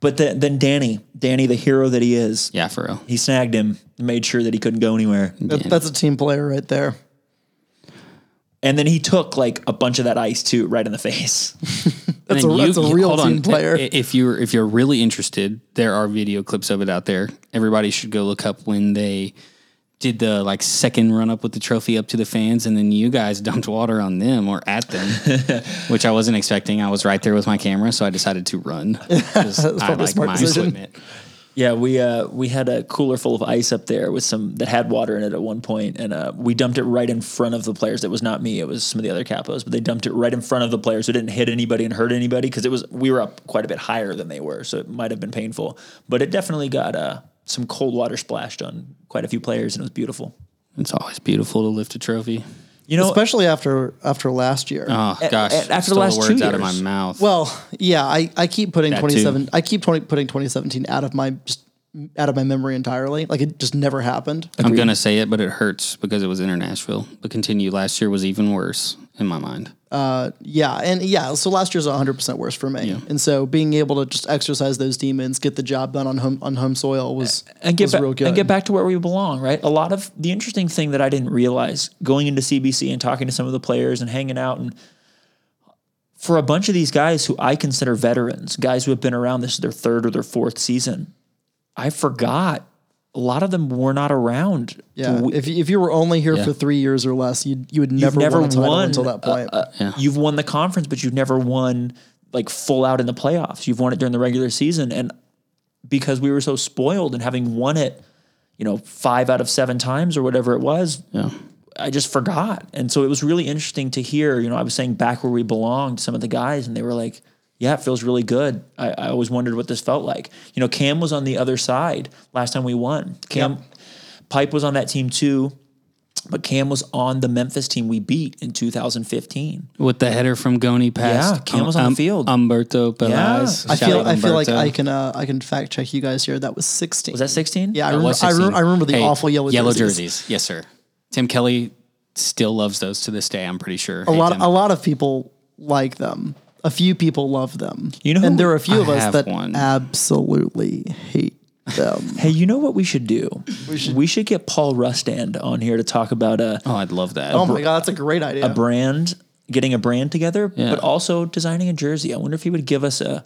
D: but then then Danny, Danny, the hero that he is,
B: yeah, for real.
D: he snagged him, made sure that he couldn't go anywhere.
C: That- that's a team player right there.
D: And then he took like a bunch of that ice too, right in the face.
C: That's, a,
B: And
C: that's a real
B: hold
C: team
B: on.
C: player.
B: I- If you're if you're really interested, there are video clips of it out there. Everybody should go look up when they did the like second run up with the trophy up to the fans, and then you guys dumped water on them or at them, which I wasn't expecting. I was right there with my camera, so I decided to run. 'Cause I
C: probably a
B: like
C: smart
B: my
C: decision.
B: equipment.
D: Yeah, we uh, we had a cooler full of ice up there with some that had water in it at one point, and uh, we dumped it right in front of the players. It was not me; it was some of the other capos, but they dumped it right in front of the players, so it didn't hit anybody and hurt anybody because it was we were up quite a bit higher than they were, so it might have been painful, but it definitely got uh, some cold water splashed on quite a few players, and it was beautiful.
B: It's always beautiful to lift a trophy.
D: You know, Ah.
C: Especially after after last year.
B: Oh gosh!
D: and after the
B: stole
D: last two
B: words out of my
D: years.
B: mouth.
C: well, yeah, I, I keep putting
B: That
C: 27 I keep 20, putting 2017 out of my just out of my memory entirely. Like it just never happened.
B: I'm gonna say it, but it hurts because it was in Nashville. But continue. Last year was even worse in my mind.
C: Yeah, and yeah, so last year's 100% worse for me. And so being able to just exercise those demons, get the job done on home on home soil was
D: and get
C: was
D: back,
C: real good.
D: and get back to where we belong, right? A lot of the interesting thing that I didn't realize going into CBC and talking to some of the players and hanging out and for a bunch of these guys who I consider veterans, guys who have been around this is their third or their fourth season, I forgot a lot of them were not around.
C: yeah. if, you- if you were only here for 3 years or less, you you would never,
D: never
C: won a title
D: won
C: until that point.
D: You've won the conference, but you've never won like full out in the playoffs. You've won it during the regular season, and because we were so spoiled and having won it, you know, five out of seven times or whatever it was,
B: Yeah.
D: I just forgot. And so it was really interesting to hear, you know, I was saying back where we belonged, some of the guys, and they were like, yeah, it feels really good. I, I always wondered what this felt like. You know, Cam was on the other side last time we won. Cam Pipe was on that team too, but Cam was on the Memphis team we beat in 2015.
B: With the header from Goni past Um,
D: Yeah, Cam was on the field.
B: Umberto Perez.
D: Yeah.
C: I
B: Shout
C: feel
B: out
C: I feel like
B: Umberto.
C: I can uh, I can fact check you guys here. That was sixteen.
D: Was that 16?
C: Yeah, I
B: That
C: remember,
B: was
C: I,
B: 16.
C: remember, I remember the
B: Hey,
C: awful yellow
B: yellow
C: jerseys.
B: jerseys. Yes, sir. Tim Kelly still loves those to this day. I'm pretty sure.
C: A lot a lot of people like them. A few people love them.
D: You know who
C: and there are a few
B: I
C: of us
B: have
C: that
B: one.
C: absolutely hate them.
D: Hey, you know what we should do? We should, get Paul Rustand on here to talk about uh, a,
B: oh, I'd love that.
C: oh my god, that's a great idea.
D: a brand, getting a brand together,
B: Yeah.
D: but also designing a jersey. I wonder if he would give us a,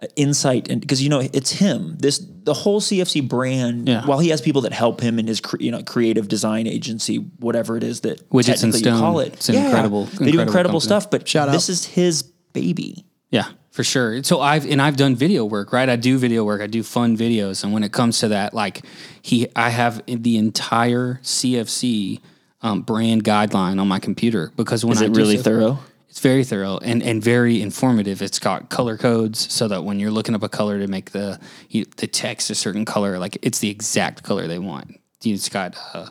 D: a insight and because you know it's him. This the whole CFC brand.
B: Yeah.
D: While he has people that help him in his cre- you know creative design agency, whatever it is that
B: Widgets and
D: technically you call
B: Stone.
D: it,
B: It's an incredible-
D: they do
B: incredible
D: incredible
B: company.
D: stuff. But
C: Shout out.
D: this is his baby.
B: Yeah, for sure. So I've and I've done video work, right? I do video work. I do fun videos, and when it comes to that, like he, I have the entire CFC um, brand guideline on my computer because when I do stuff- It's very thorough and, and very informative. It's got color codes so that when you're looking up a color to make the you, the text a certain color, like it's the exact color they want. It's got uh,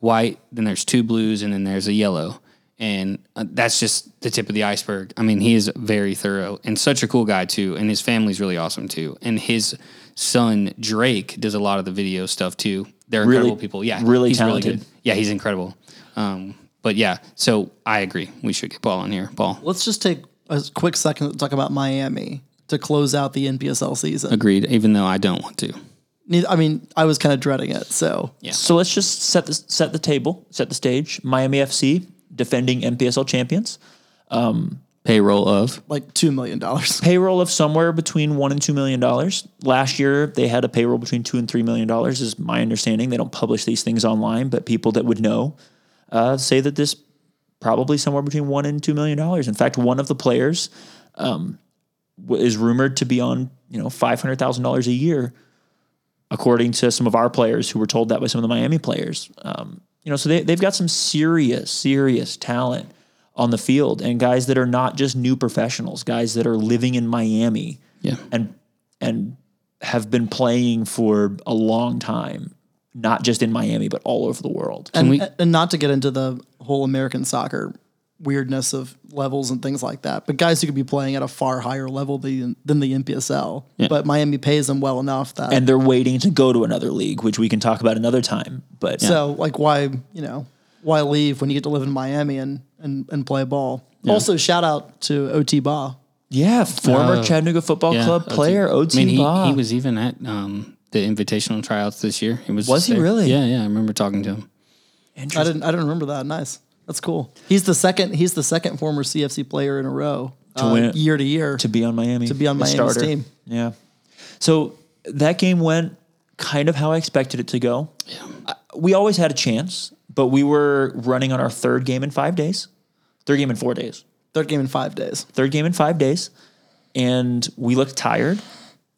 B: white, then there's two blues, and then there's a yellow, and uh, that's just the tip of the iceberg. I mean, he is very thorough and such a cool guy too, and his family's really awesome too, and his son Drake does a lot of the video stuff too. They're
D: Really-
B: incredible people. Yeah,
D: really
B: he's
D: talented.
B: good. Yeah, he's incredible. Um, but yeah, so I agree. We should get Paul on here. Paul.
C: Let's just take a quick second to talk about Miami to close out the NPSL season.
B: Agreed, even though I don't want to.
C: Neith- I mean, I was kind of dreading it. So
D: So let's just set the set the table, set the stage. Miami FC defending NPSL champions.
A: Payroll of
C: like two million dollars.
D: payroll of somewhere between one and two million dollars. Last year, they had a payroll between two and three million dollars, is my understanding. They don't publish these things online, but people that would know uh, say that this probably somewhere between one and two million dollars. In fact, one of the players um, w- is rumored to be on you know five hundred thousand dollars a year, according to some of our players who were told that by some of the Miami players. Um, you know, so they, they've got some serious, serious talent on the field and guys that are not just new professionals, guys that are living in Miami
B: Yeah.
D: and and have been playing for a long time, not just in Miami but all over the world.
C: And,
B: we-
C: and not to get into the whole American soccer weirdness of levels and things like that, but guys who could be playing at a far higher level than, than the NPSL. But Miami pays them well enough that.
D: and they're waiting to go to another league, which we can talk about another time. But
C: so, like, why, you know, why leave when you get to live in Miami and, and, and play ball? Also, shout out to OT Ba.
D: yeah, former
B: Uh,
D: Chattanooga Football
B: Yeah,
D: Club
B: OT.
D: player
B: I
D: OT
B: mean, he,
D: Ba.
B: he was even at um, the invitational tryouts this year. He was
D: Was he
B: there.
D: really?
B: Yeah, yeah. I remember talking to him.
C: I didn't, I didn't remember that. Nice. That's cool. He's the second, he's the second former CFC player in a row to
D: win it.
C: year to year.
D: to be on Miami to
C: be on Miami's team.
D: Yeah. So that game went kind of how I expected it to go. Yeah. we always had a chance, but we were running on our third game in five days, third game in four days,
C: third game in five days.
D: third game in five days, and we looked tired.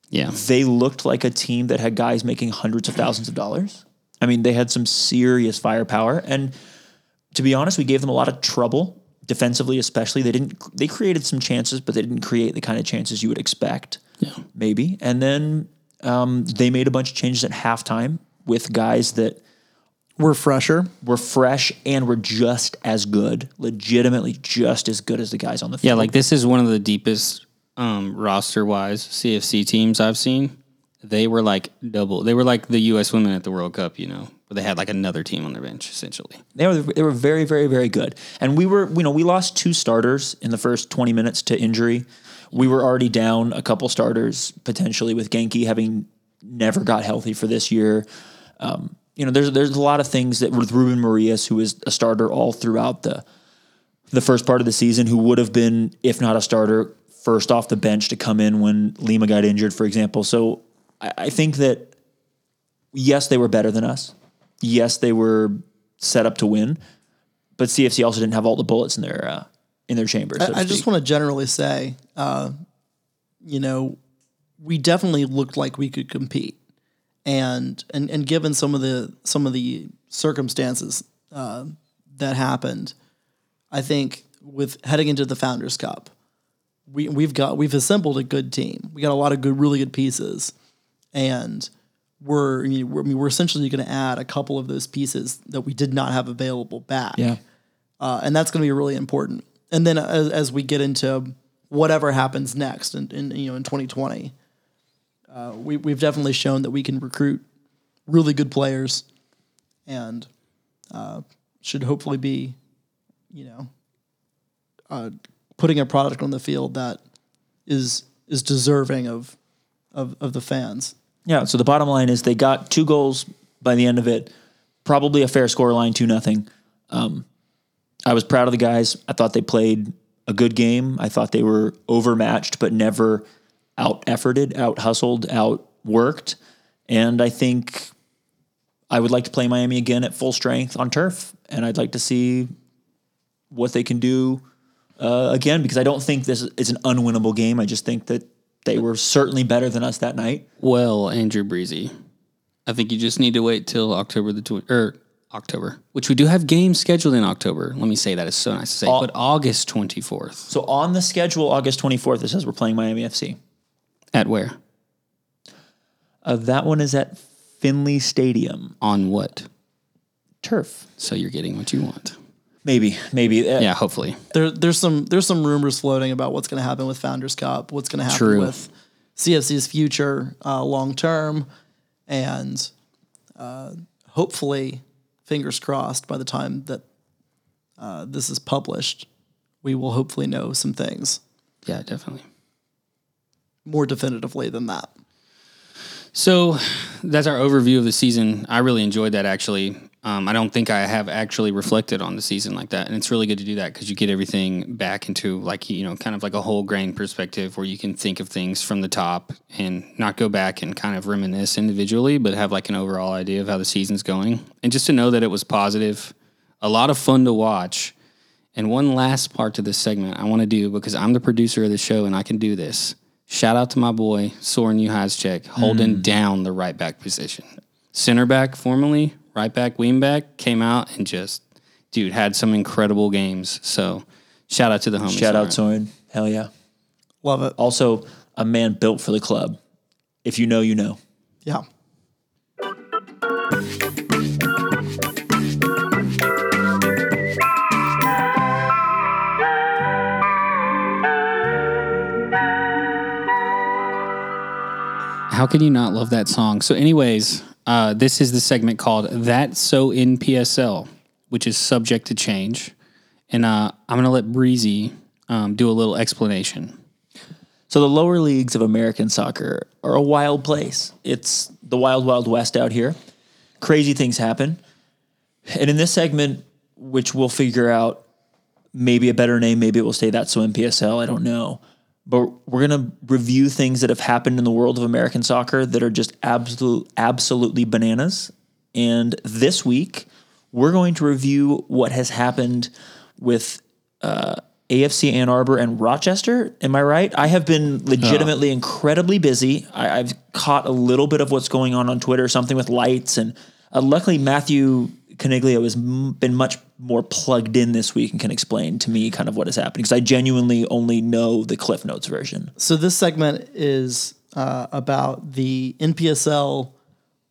B: Yeah.
D: They looked like a team that had guys making hundreds of thousands of dollars. I mean, they had some serious firepower, and to be honest, we gave them a lot of trouble defensively, especially. They didn't. They created some chances, but they didn't create the kind of chances you would expect. Yeah, maybe. And then um, they made a bunch of changes at halftime with guys that
C: We're fresher.
D: were fresh and were just as good, legitimately just as good as the guys on the
B: Yeah,
D: field.
B: like this is one of the deepest um, roster wise CFC teams I've seen. They were like double. They were like the U.S. women at the World Cup, you know, where they had like another team on their bench, essentially.
D: They were they were very very very good, and we were you know we lost two starters in the first twenty minutes to injury. We were already down a couple starters potentially with Genki having never got healthy for this year. Um, you know, there's there's a lot of things that with Ruben Marias, who was a starter all throughout the the first part of the season, who would have been if not a starter first off the bench to come in when Lima got injured, for example. So I, I think that yes, they were better than us. Yes, they were set up to win, but CFC also didn't have all the bullets in their uh, in their chamber. So to
C: I just
D: speak.
C: want to generally say uh, you know, we definitely looked like we could compete. And and and given some of the some of the circumstances uh, that happened, I think with heading into the Founders Cup, we we've got we've assembled a good team. We got a lot of good, really good pieces, and we're I mean, we're, I mean, we're essentially going to add a couple of those pieces that we did not have available back.
D: Yeah.
C: uh, and that's going to be really important. And then as, as we get into whatever happens next, in, in you know in 2020, uh, we we've definitely shown that we can recruit really good players, and uh, should hopefully be, you know, uh, putting a product on the field that is is deserving of of, of the fans.
D: Yeah. So the bottom line is they got two goals by the end of it, probably a fair score line, two nothing. Um, I was proud of the guys. I thought they played a good game. I thought they were overmatched, but never out efforted, out hustled, out worked. And I think I would like to play Miami again at full strength on turf, and I'd like to see what they can do uh, again because I don't think this is an unwinnable game. I just think that they were certainly better than us that night.
B: Well, Andrew Breezy, I think you just need to wait till October the twenty or October, which we do have games scheduled in October. Let me say that is so nice to say, but August twenty fourth
D: So on the schedule, August 24th, it says we're playing Miami FC.
B: at where
D: Uh, that one is at Finley Stadium
B: on what?
D: turf.
B: So you're getting what you want.
D: Maybe, maybe. Uh,
B: Yeah, hopefully.
C: There there's some there's some rumors floating about what's going to happen with Founders Cup, what's going to happen
B: True.
C: with CFC's future uh, long term, and uh, hopefully, fingers crossed, by the time that uh, this is published, we will hopefully know some things
B: Yeah, definitely.
C: more definitively than that.
B: So that's our overview of the season. I really enjoyed that actually. Um, I don't think I have actually reflected on the season like that, and it's really good to do that because you get everything back into like you know kind of like a whole grain perspective where you can think of things from the top and not go back and kind of reminisce individually, but have like an overall idea of how the season's going, and just to know that it was positive, a lot of fun to watch. And one last part to this segment I want to do because I'm the producer of the show and I can do this. Shout out to my boy Soren Uhazchek holding
D: Mm.
B: down the right back position. Center back formerly, right back, wing back came out and just dude had some incredible games. So shout out to the homie.
D: Shout out
B: Soren.
D: Soren. Hell yeah.
C: Love it.
D: Also, a man built for the club. If you know, you know.
C: Yeah.
B: How can you not love that song? So, anyways, uh, this is the segment called "That's So in PSL," which is subject to change, and uh, I'm gonna let Breezy um, do a little explanation.
D: So the lower leagues of American soccer are a wild place. It's the wild, wild west out here. Crazy things happen. And in this segment, which we'll figure out maybe a better name, maybe it will stay that's so MPSL, I don't know. But we're gonna review things that have happened in the world of American soccer that are just absolute absolutely bananas. And this week, we're going to review what has happened with AFC Ann Arbor and Rochester. Am I right? I have been legitimately incredibly busy. I, I've caught a little bit of what's going on on Twitter, something with lights, and uh, luckily Matthew Caniglio has m- been much more plugged in this week and can explain to me kind of what is happening because I genuinely only know the Cliff Notes version.
C: So this segment is uh, about the NPSL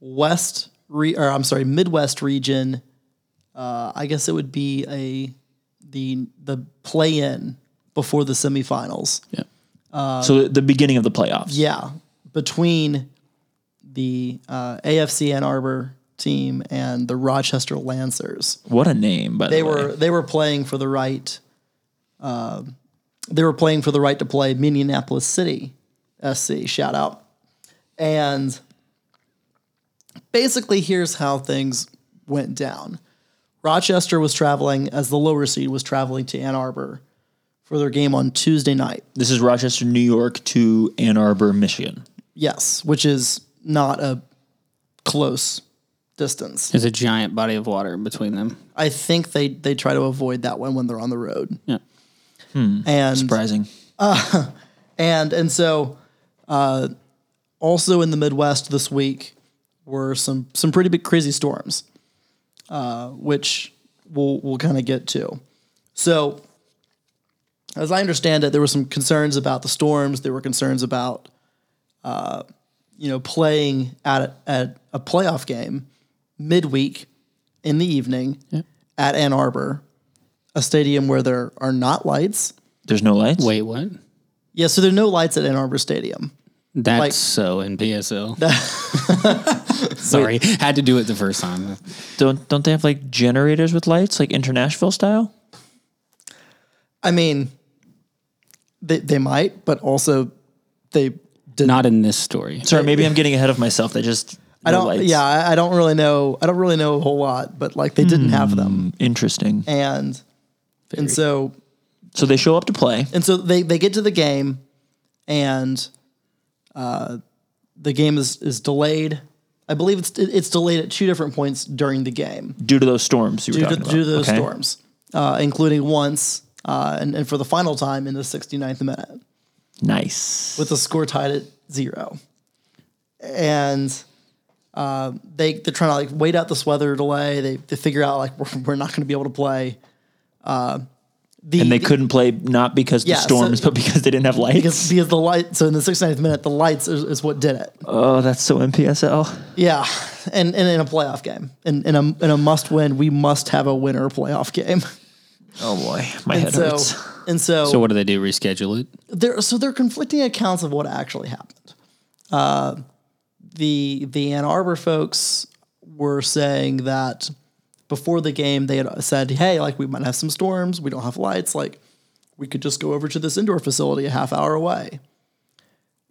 C: West, re- or I'm sorry, Midwest region. Uh, I guess it would be a the the play in before the semifinals.
D: Yeah. Um, so the beginning of the playoffs.
C: Yeah, between the uh, AFC Ann Arbor team and the Rochester Lancers.
D: What a name, by
C: They
D: the way.
C: were they were playing for the right. Um, they were playing for the right to play Minneapolis City, SC. Shout out, and basically here's how things went down. Rochester was traveling as the lower seed was traveling to Ann Arbor for their game on Tuesday night.
D: This is Rochester, New York to Ann Arbor, Michigan.
C: Yes, which is not a close distance.
B: There's a giant body of water between them.
C: I think they they try to avoid that one when they're on the road.
B: Yeah.
C: And
D: Surprising.
C: and and so uh, also in the Midwest this week were some some pretty big crazy storms, uh, which we'll we'll kind of get to. So, as I understand it, there were some concerns about the storms. There were concerns about, uh, you know, playing at a, at a playoff game midweek in the evening at Ann Arbor, a stadium where there are not lights.
D: There's no lights.
B: Wait, what?
C: Yeah, so there are no lights at Ann Arbor Stadium.
B: That's
C: Like-
B: so in PSL. Sorry, had to do it the first time.
D: Don't don't they have like generators with lights, like international style?
C: I mean, they they might, but also they did.
B: Not in this story.
D: Sorry, maybe I'm getting ahead of myself. They just
C: I
D: no
C: don't.
D: Lights.
C: Yeah, I, I don't really know. I don't really know a whole lot, but like they didn't have them,
D: interesting.
C: and and so
D: So they show up to play.
C: and so they they get to the game, and uh, the game is is delayed. I believe it's it- it's delayed at two different points during the game.
D: due to those storms you were
C: due to,
D: talking about.
C: due to those
D: Okay.
C: storms, uh, including once uh, and, and for the final time in the 69th minute
D: Nice.
C: with the score tied at zero. And uh, they, they're trying to like wait out this weather delay. They, they figure out like we're, we're not going to be able to play. Uh, the,
D: and they couldn't play not because
C: Yeah,
D: the
C: so-
D: storms, but because they didn't have lights.
C: because, because the light. So in the 69th minute, the lights is, is what did it.
D: oh, that's so MPSL.
C: Yeah, and, and in a playoff game, in, in a in a must win, we must have a winner playoff game.
D: Oh boy, my
C: And
D: head
C: so
D: hurts.
C: and
B: So what do they do? Reschedule it?
C: there so there are conflicting accounts of what actually happened. Uh, the the Ann Arbor folks were saying that before the game they had said, "Hey, like we might have some storms, we don't have lights, like we could just go over to this indoor facility a half hour away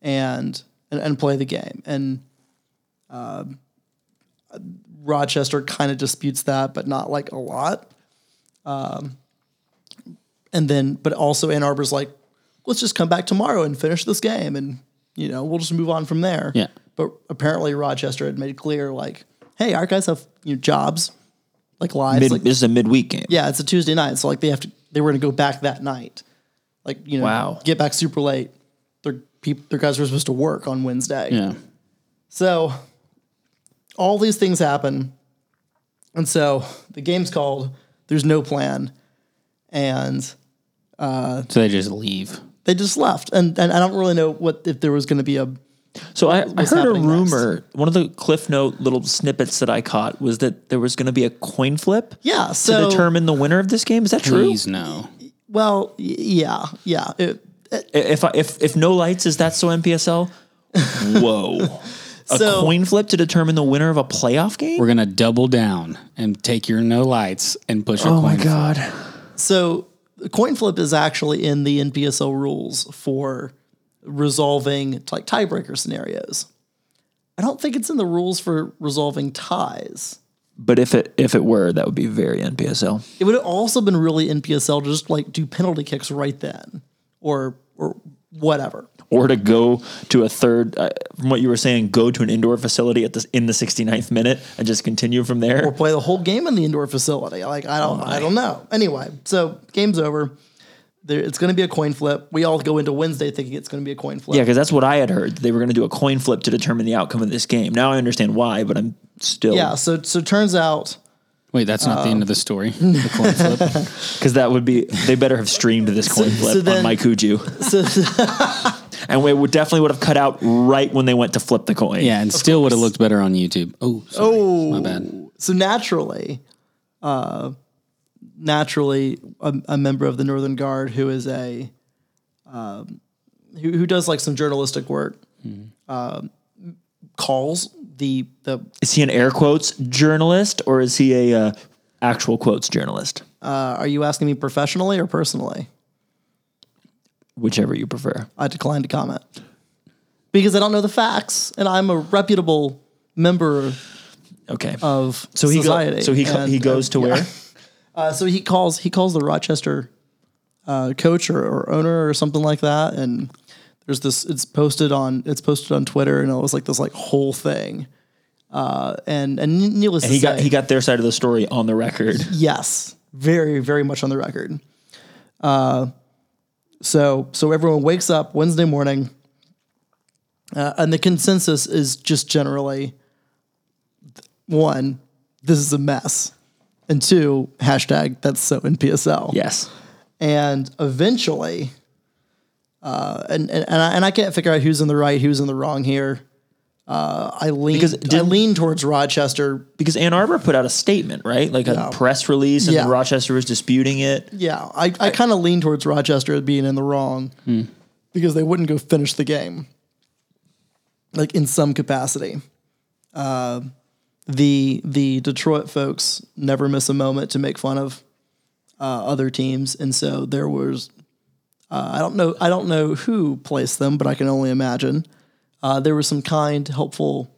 C: and and, and play the game." And um Rochester kind of disputes that, but not like a lot. Um, and then, but also Ann Arbor's like, let's just come back tomorrow and finish this game and you know we'll just move on from there
B: Yeah.
C: but apparently rochester had made clear like hey our guys have you know, jobs like lives
D: Mid,
C: like,
D: this is a midweek game.
C: yeah it's a tuesday night so like they have to they were going to go back that night like you know
D: Wow.
C: get back super late their people their guys were supposed to work on wednesday
B: Yeah.
C: so all these things happen. And so the game's called, there's no plan. And
B: So they just leave.
C: they just left. And and I don't really know what if there was going to be a
D: So I, I heard a
C: happening next?
D: rumor. One of the Cliff Note little snippets that I caught was that there was going to be a coin flip
C: yeah,
D: to
C: so
D: determine the winner of this game. Is that true?
B: Please no.
C: well, y- yeah, yeah. It-
D: If I, if if no lights, is that so MPSL? Whoa. A
C: So-
D: coin flip to determine the winner of a playoff game?
B: We're gonna double down and take your no lights and push your
D: oh my
B: coin.
D: god.
C: so the coin flip is actually in the NPSL rules for resolving like tiebreaker scenarios. I don't think it's in the rules for resolving ties.
D: But if it if it were, that would be very NPSL.
C: It would have also been really in PSL to just like do penalty kicks right then, or or whatever.
D: or to go to a third uh, from what you were saying go to an indoor facility at this in the 69th minute and just continue from
C: Or
D: there
C: play the whole game in the indoor facility. Like I don't I don't know. Anyway, so game's over. There, it's going to be a coin flip. We all go into Wednesday thinking it's going to be a coin flip.
D: yeah because that's what i had heard they were going to do a coin flip to determine the outcome of this game now i understand why but i'm still
C: Yeah, So so turns out
B: Wait, that's not the end of the story. The coin flip.
D: because that would be they better have streamed this coin flip
C: so
D: on
C: then-
D: my kuju
C: so
D: and we would definitely would have cut out right when they went to flip the coin
B: Yeah, and still would have looked better on YouTube. Oh, sorry. my bad.
C: so naturally, uh, naturally, a, a member of the Northern Guard who is a um, who, who does like some journalistic work um
D: Mm-hmm.
C: calls the the
D: is he an air quotes journalist or is he a uh, actual quotes journalist
C: uh, are you asking me professionally or personally?
D: whichever you prefer
C: I declined to comment because I don't know the facts, and I'm a reputable member
D: okay
C: of
D: so he,
C: society.
D: go, so he, co-
C: and,
D: he goes
C: uh,
D: to
C: yeah.
D: where
C: Uh, so he calls he calls the Rochester uh, coach or, or owner or something like that, and there's this. It's posted on it's posted on Twitter, and it was like this like whole thing. Uh, and and needless
D: And he
C: to
D: got
C: say,
D: he got their side of the story on the record.
C: yes, very very much on the record. Uh, so so everyone wakes up Wednesday morning, Uh, and the consensus is just generally one, this is a mess. And two, hashtag that's so in PSL.
D: Yes.
C: And eventually, uh, and, and, and, I, and I can't figure out who's in the right, who's in the wrong here. Uh, I lean,
D: Because
C: I
D: didn't-
C: lean towards Rochester.
D: Because Ann Arbor put out a statement, right? Like a
C: Yeah.
D: press release, and
C: Yeah.
D: Rochester was disputing it.
C: Yeah, I, I kind of lean towards Rochester as being in the wrong because they wouldn't go finish the game, like in some capacity. Uh, the the Detroit folks never miss a moment to make fun of uh, other teams, and so there was. Uh, I don't know. I don't know who placed them, but I can only imagine uh, there were some kind, helpful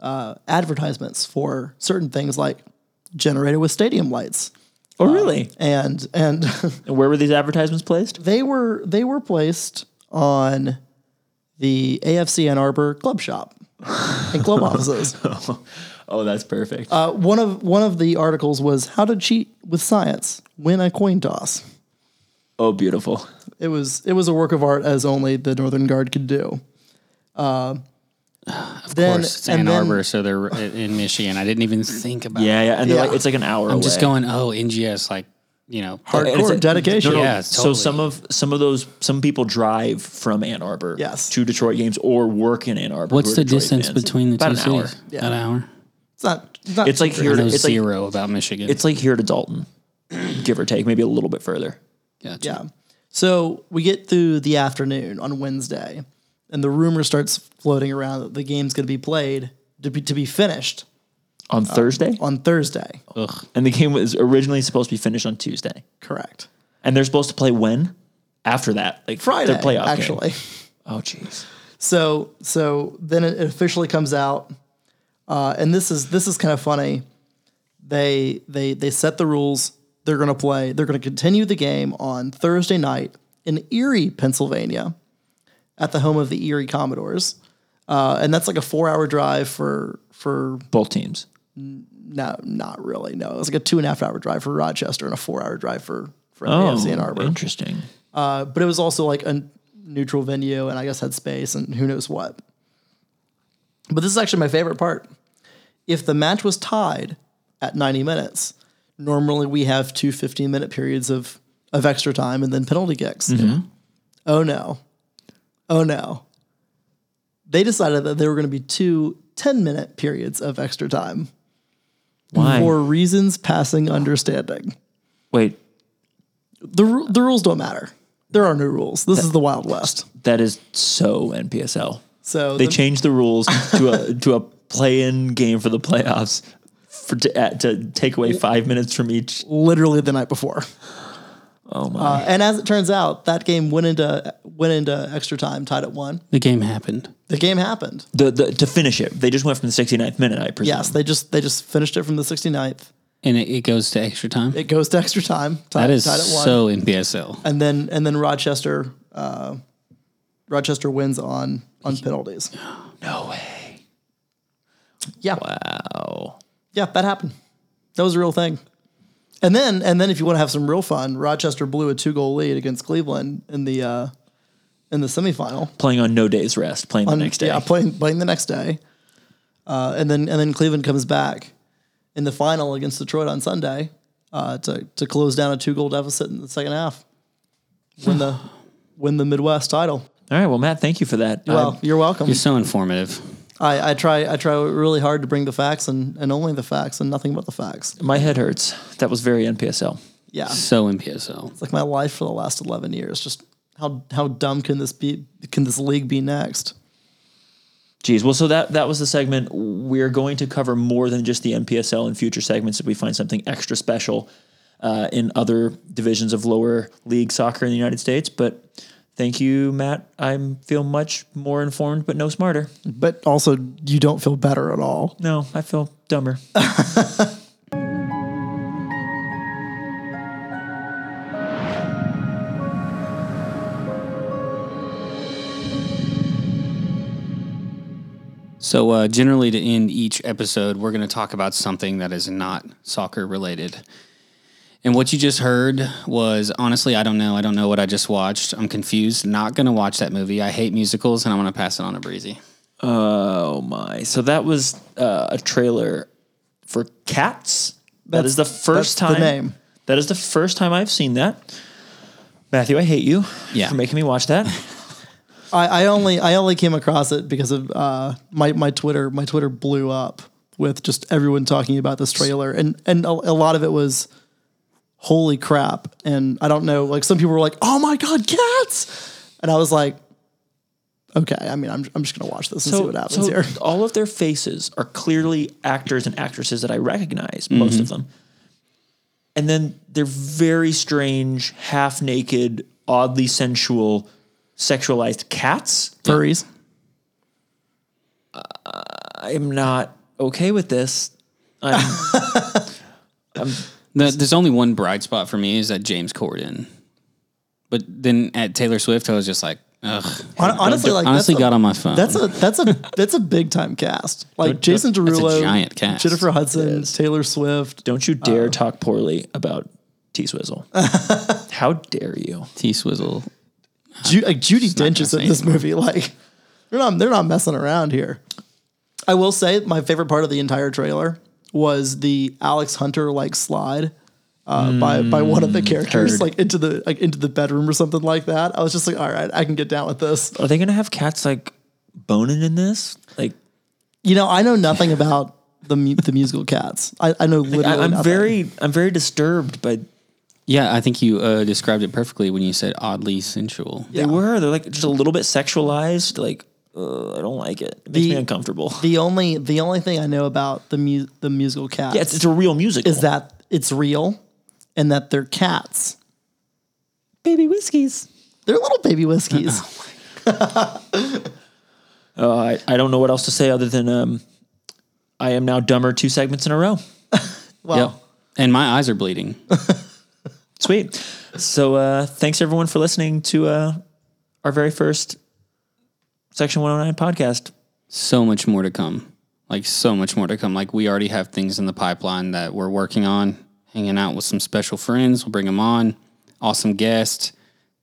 C: uh, advertisements for certain things like generated with stadium lights
D: Oh,
C: Uh,
D: really?
C: and and
D: And where were these advertisements placed?
C: they were they were placed on the AFC Ann Arbor club shop and club offices.
D: Oh, that's perfect.
C: Uh, one of one of the articles was how to cheat with science, win a coin toss.
D: oh, beautiful.
C: It was it was a work of art as only the Northern Guard could do. Uh,
B: Of
C: then,
B: course, it's
C: and
B: Ann
C: then-
B: Arbor, so they're i- in Michigan. I didn't even think about.
D: Yeah,
B: it.
D: yeah. And they're
C: Yeah.
D: like, it's like an hour
B: I'm
D: away.
B: just going. Oh, NGS, like you know,
C: Hardcore
D: And it's a-
C: dedication.
D: No, no,
B: Yeah,
D: So
B: totally.
D: some of some of those some people drive from Ann Arbor
C: Yes.
D: to Detroit games or work in Ann Arbor. who
B: What's
D: are
B: the
D: Detroit
B: distance
D: fans.
B: between the
D: About
B: two
D: an hour.
B: cities?
C: Yeah.
B: An hour.
C: It's not. It's, not
D: It's like
C: super-
D: here
B: I know
D: to it's like,
B: zero about Michigan.
D: it's like here to Dalton, give or take, maybe a little bit further.
B: Gotcha.
C: Yeah. So we get through the afternoon on Wednesday, and the rumor starts floating around that the game's going to be played to be, to be finished
D: On Thursday?
C: on Thursday.
B: Uh, Ugh.
D: And the game was originally supposed to be finished on Tuesday.
C: Correct.
D: And they're supposed to play when? After that. Like
C: Friday,
D: their playoff. game.
C: actually.
D: Oh jeez.
C: So so then it officially comes out, uh, and this is this is kind of funny. They they they set the rules. They're going to play. They're going to continue the game on Thursday night in Erie, Pennsylvania, at the home of the Erie Commodores, uh, and that's like a four-hour drive for for
D: Both teams.
C: no, not really. No, it was like a two and a half hour drive for Rochester and a four-hour drive for for
D: Oh,
C: AFC Ann Arbor.
D: interesting.
C: Uh, but it was also like a neutral venue and I guess had space and who knows what. But this is actually my favorite part. If the match was tied at 90 minutes, normally we have two 15 minute periods of, of extra time and then penalty kicks.
D: Mm-hmm.
C: Oh no. Oh no. They decided that there were going to be two 10 minute periods of extra time
D: Why?
C: for reasons passing understanding.
D: Wait,
C: The, ru- the rules don't matter. There are no rules. This is the Wild West.
D: that is so NPSL.
C: So
D: They
C: the-
D: changed the rules to a to a play in game for the playoffs for to, uh, to take away five minutes from each.
C: literally the night before.
D: Oh my!
C: Uh, and as it turns out, that game went into went into extra time, tied at one.
B: The game happened.
C: The game happened.
D: the, the to finish it, they just went from the 69th minute. I presume.
C: Yes, they just they just finished it from the 69th.
B: And it, it goes to extra time.
C: It goes to extra time, tied,
B: that is
C: tied at one,
B: so in PSL.
C: and then and then Rochester uh, Rochester wins on on penalties.
D: No way.
C: Yeah,
D: Wow.
C: yeah, that happened. That was a real thing. And then and then if you want to have some real fun, Rochester blew a two goal lead against Cleveland in the uh, in the semifinal.
D: Playing on no days rest. Playing
C: on-
D: the next day.
C: Yeah, playing playing the next day, uh, and then and then Cleveland comes back in the final against Detroit on Sunday uh, to to close down a two goal deficit in the second half, win the win the Midwest title.
D: All right. Well, Matt, thank you for that.
C: Well,
D: I-
C: you're welcome.
B: You're so informative.
C: I, I try I try really hard to bring the facts and, and only the facts and nothing but the facts.
D: my head hurts. That was very NPSL.
C: Yeah, it's
B: So in PSL.
C: like my life for the last eleven years. Just how how dumb can this be? Can this league be next?
D: Geez. Well, so that that was the segment. We're going to cover more than just the NPSL in future segments if we find something extra special uh, in other divisions of lower league soccer in the United States. But thank you, Matt. I feel much more informed, but no smarter.
C: But also, you don't feel better at all.
D: No, I feel dumber.
B: So uh, generally, to end each episode, we're going to talk about something that is not soccer related. And what you just heard was honestly, I don't know. I don't know what I just watched. I'm confused. Not going to watch that movie. I hate musicals and I'm going to pass it on to Breezy.
D: Oh my! So that was uh, a trailer for Cats. that
C: That's-
D: is the first
C: that's the
D: time.
C: name.
D: That is the first time I've seen that. Matthew, I hate you
B: Yeah.
D: for making me watch that.
C: I, I only I only came across it because of uh, my my Twitter my Twitter blew up with just everyone talking about this trailer and and a, a lot of it was holy crap and I don't know like some people were like oh my god cats and I was like okay I mean I'm I'm just gonna watch this and see what happens here
D: all of their faces are clearly actors and actresses that I recognize, most of them. And then they're very strange, half naked, oddly sensual, sexualized cats.
C: furries
D: I'm not okay with this.
B: The, there's only one bright spot for me is that James Corden. But then at Taylor Swift, I was just like, ugh.
C: Hon- honestly like
B: honestly,
C: that's
B: got
C: a,
B: on my phone.
C: that's a that's a that's a big time cast like Jason
B: a
C: Derulo
B: giant cast.
C: Jennifer Hudson Taylor Swift
D: Don't you dare talk poorly about T Swizzle. How dare you?
B: T Swizzle.
C: Ju- like Judy Dench is
B: gonna say
C: in this movie. Like they're not they're not messing around here. I will say my favorite part of the entire trailer was the Alex Hunter like slide uh, by by one
D: Mm,
C: of the characters like into the like into the bedroom or something like that. I was just like, all right, I can get down with this.
D: Are they going to have cats like boning in this? Like,
C: You know, I know nothing about the mu- the musical Cats. I, I know literally.
D: I, I'm
C: nothing.
D: very, I'm very disturbed by.
B: Yeah, I think you uh, described it perfectly when you said oddly sensual.
D: They were. They're like just a little bit sexualized. Like, uh, I don't like it. It makes
C: The-
D: me uncomfortable.
C: the only the only thing I know about the mu- the musical Cats
D: Yeah, it's, it's a real musical.
C: is that it's real and that they're cats.
D: baby whiskeys?
C: They're little baby whiskies.
D: Uh, I, I don't know what else to say other than um, I am now dumber two segments in a row.
C: Well,
B: Yep. And my eyes are bleeding.
D: Sweet. So uh, thanks everyone for listening to uh, our very first Section 109 podcast.
B: so much more to come. Like so much more to come. Like we already have things in the pipeline that we're working on, hanging out with some special friends. We'll bring them on. Awesome guests,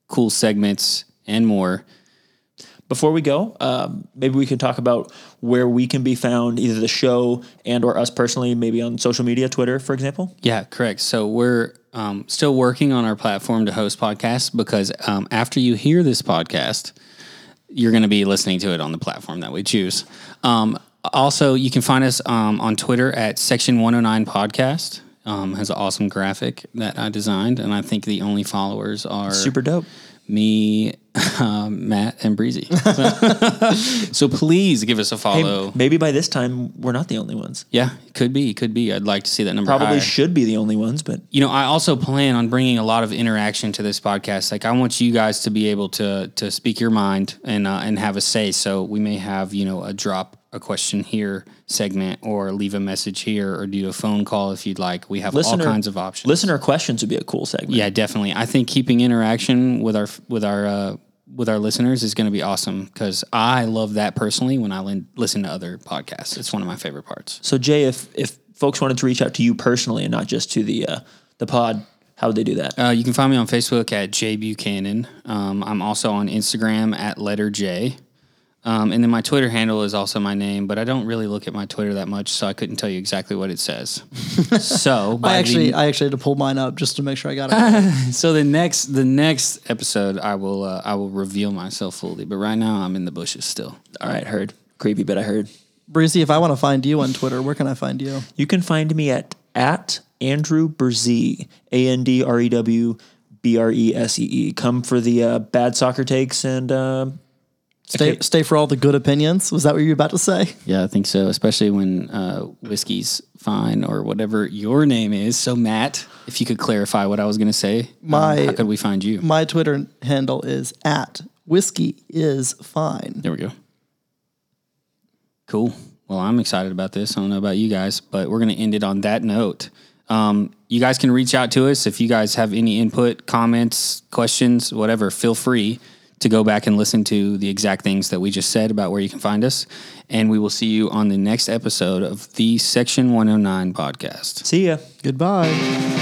B: cool segments, and more.
D: Before we go, um, maybe we can talk about where we can be found, either the show and or us personally, maybe on social media, Twitter, for example.
B: Yeah, correct. So we're um, still working on our platform to host podcasts because um, after you hear this podcast, you're going to be listening to it on the platform that we choose. Um, also, you can find us um, on Twitter at Section 109 Podcast. Um, has an awesome graphic that I designed, and I think the only followers are
D: Super dope.
B: me, um, Matt, and Breezy. So, so please give us a
D: Hey,
B: follow.
D: maybe by this time we're not the only ones.
B: yeah, could be, could be. I'd like to see that number.
D: Probably
B: higher.
D: should be the only ones, but
B: you know, I also plan on bringing a lot of interaction to this podcast. Like, I want you guys to be able to to speak your mind and uh, and have a say. So we may have you know a drop a question here segment, or leave a message here, or do a phone call if you'd like. We have
D: listener
B: all kinds of options.
D: Listener questions would be a cool segment.
B: yeah, definitely. I think keeping interaction with our with our uh, with our listeners is going to be awesome because I love that personally when I lin- listen to other podcasts. It's one of my favorite parts.
D: So Jay, if if folks wanted to reach out to you personally and not just to the uh, the pod, how would they do that?
B: Uh, you can find me on Facebook at Jay Buchanan. Um, I'm also on Instagram at letter J. Um, and then my Twitter handle is also my name, but I don't really look at my Twitter that much, so I couldn't tell you exactly what it says. so, by
C: I
B: the-
C: actually, I actually had to pull mine up just to make sure I got it.
B: so the next the next episode, I will uh, I will reveal myself fully. But right now, I'm in the bushes still.
D: All right, heard. Creepy, but I heard.
C: Breezy, if I want to find you on Twitter, where can I find you?
D: You can find me at at Andrew Berzee, A N D R E W B R E S E E. Come for the uh, bad soccer takes and uh,
C: Stay,
D: Okay.
C: stay for all the good opinions. Was that what you were about to say?
B: Yeah, I think so. Especially when uh, whiskey's fine or whatever your name is. So Matt, if you could clarify what I was going to say, um,
C: My-
B: how could we find you?
C: My Twitter handle is at whiskey is fine.
B: There we go. Cool. Well, I'm excited about this. I don't know about you guys, but we're going to end it on that note. Um, you guys can reach out to us if you guys have any input, comments, questions, whatever. Feel free to go back and listen to the exact things that we just said about where you can find us. And we will see you on the next episode of the Section 109 podcast.
D: see ya.
C: Goodbye.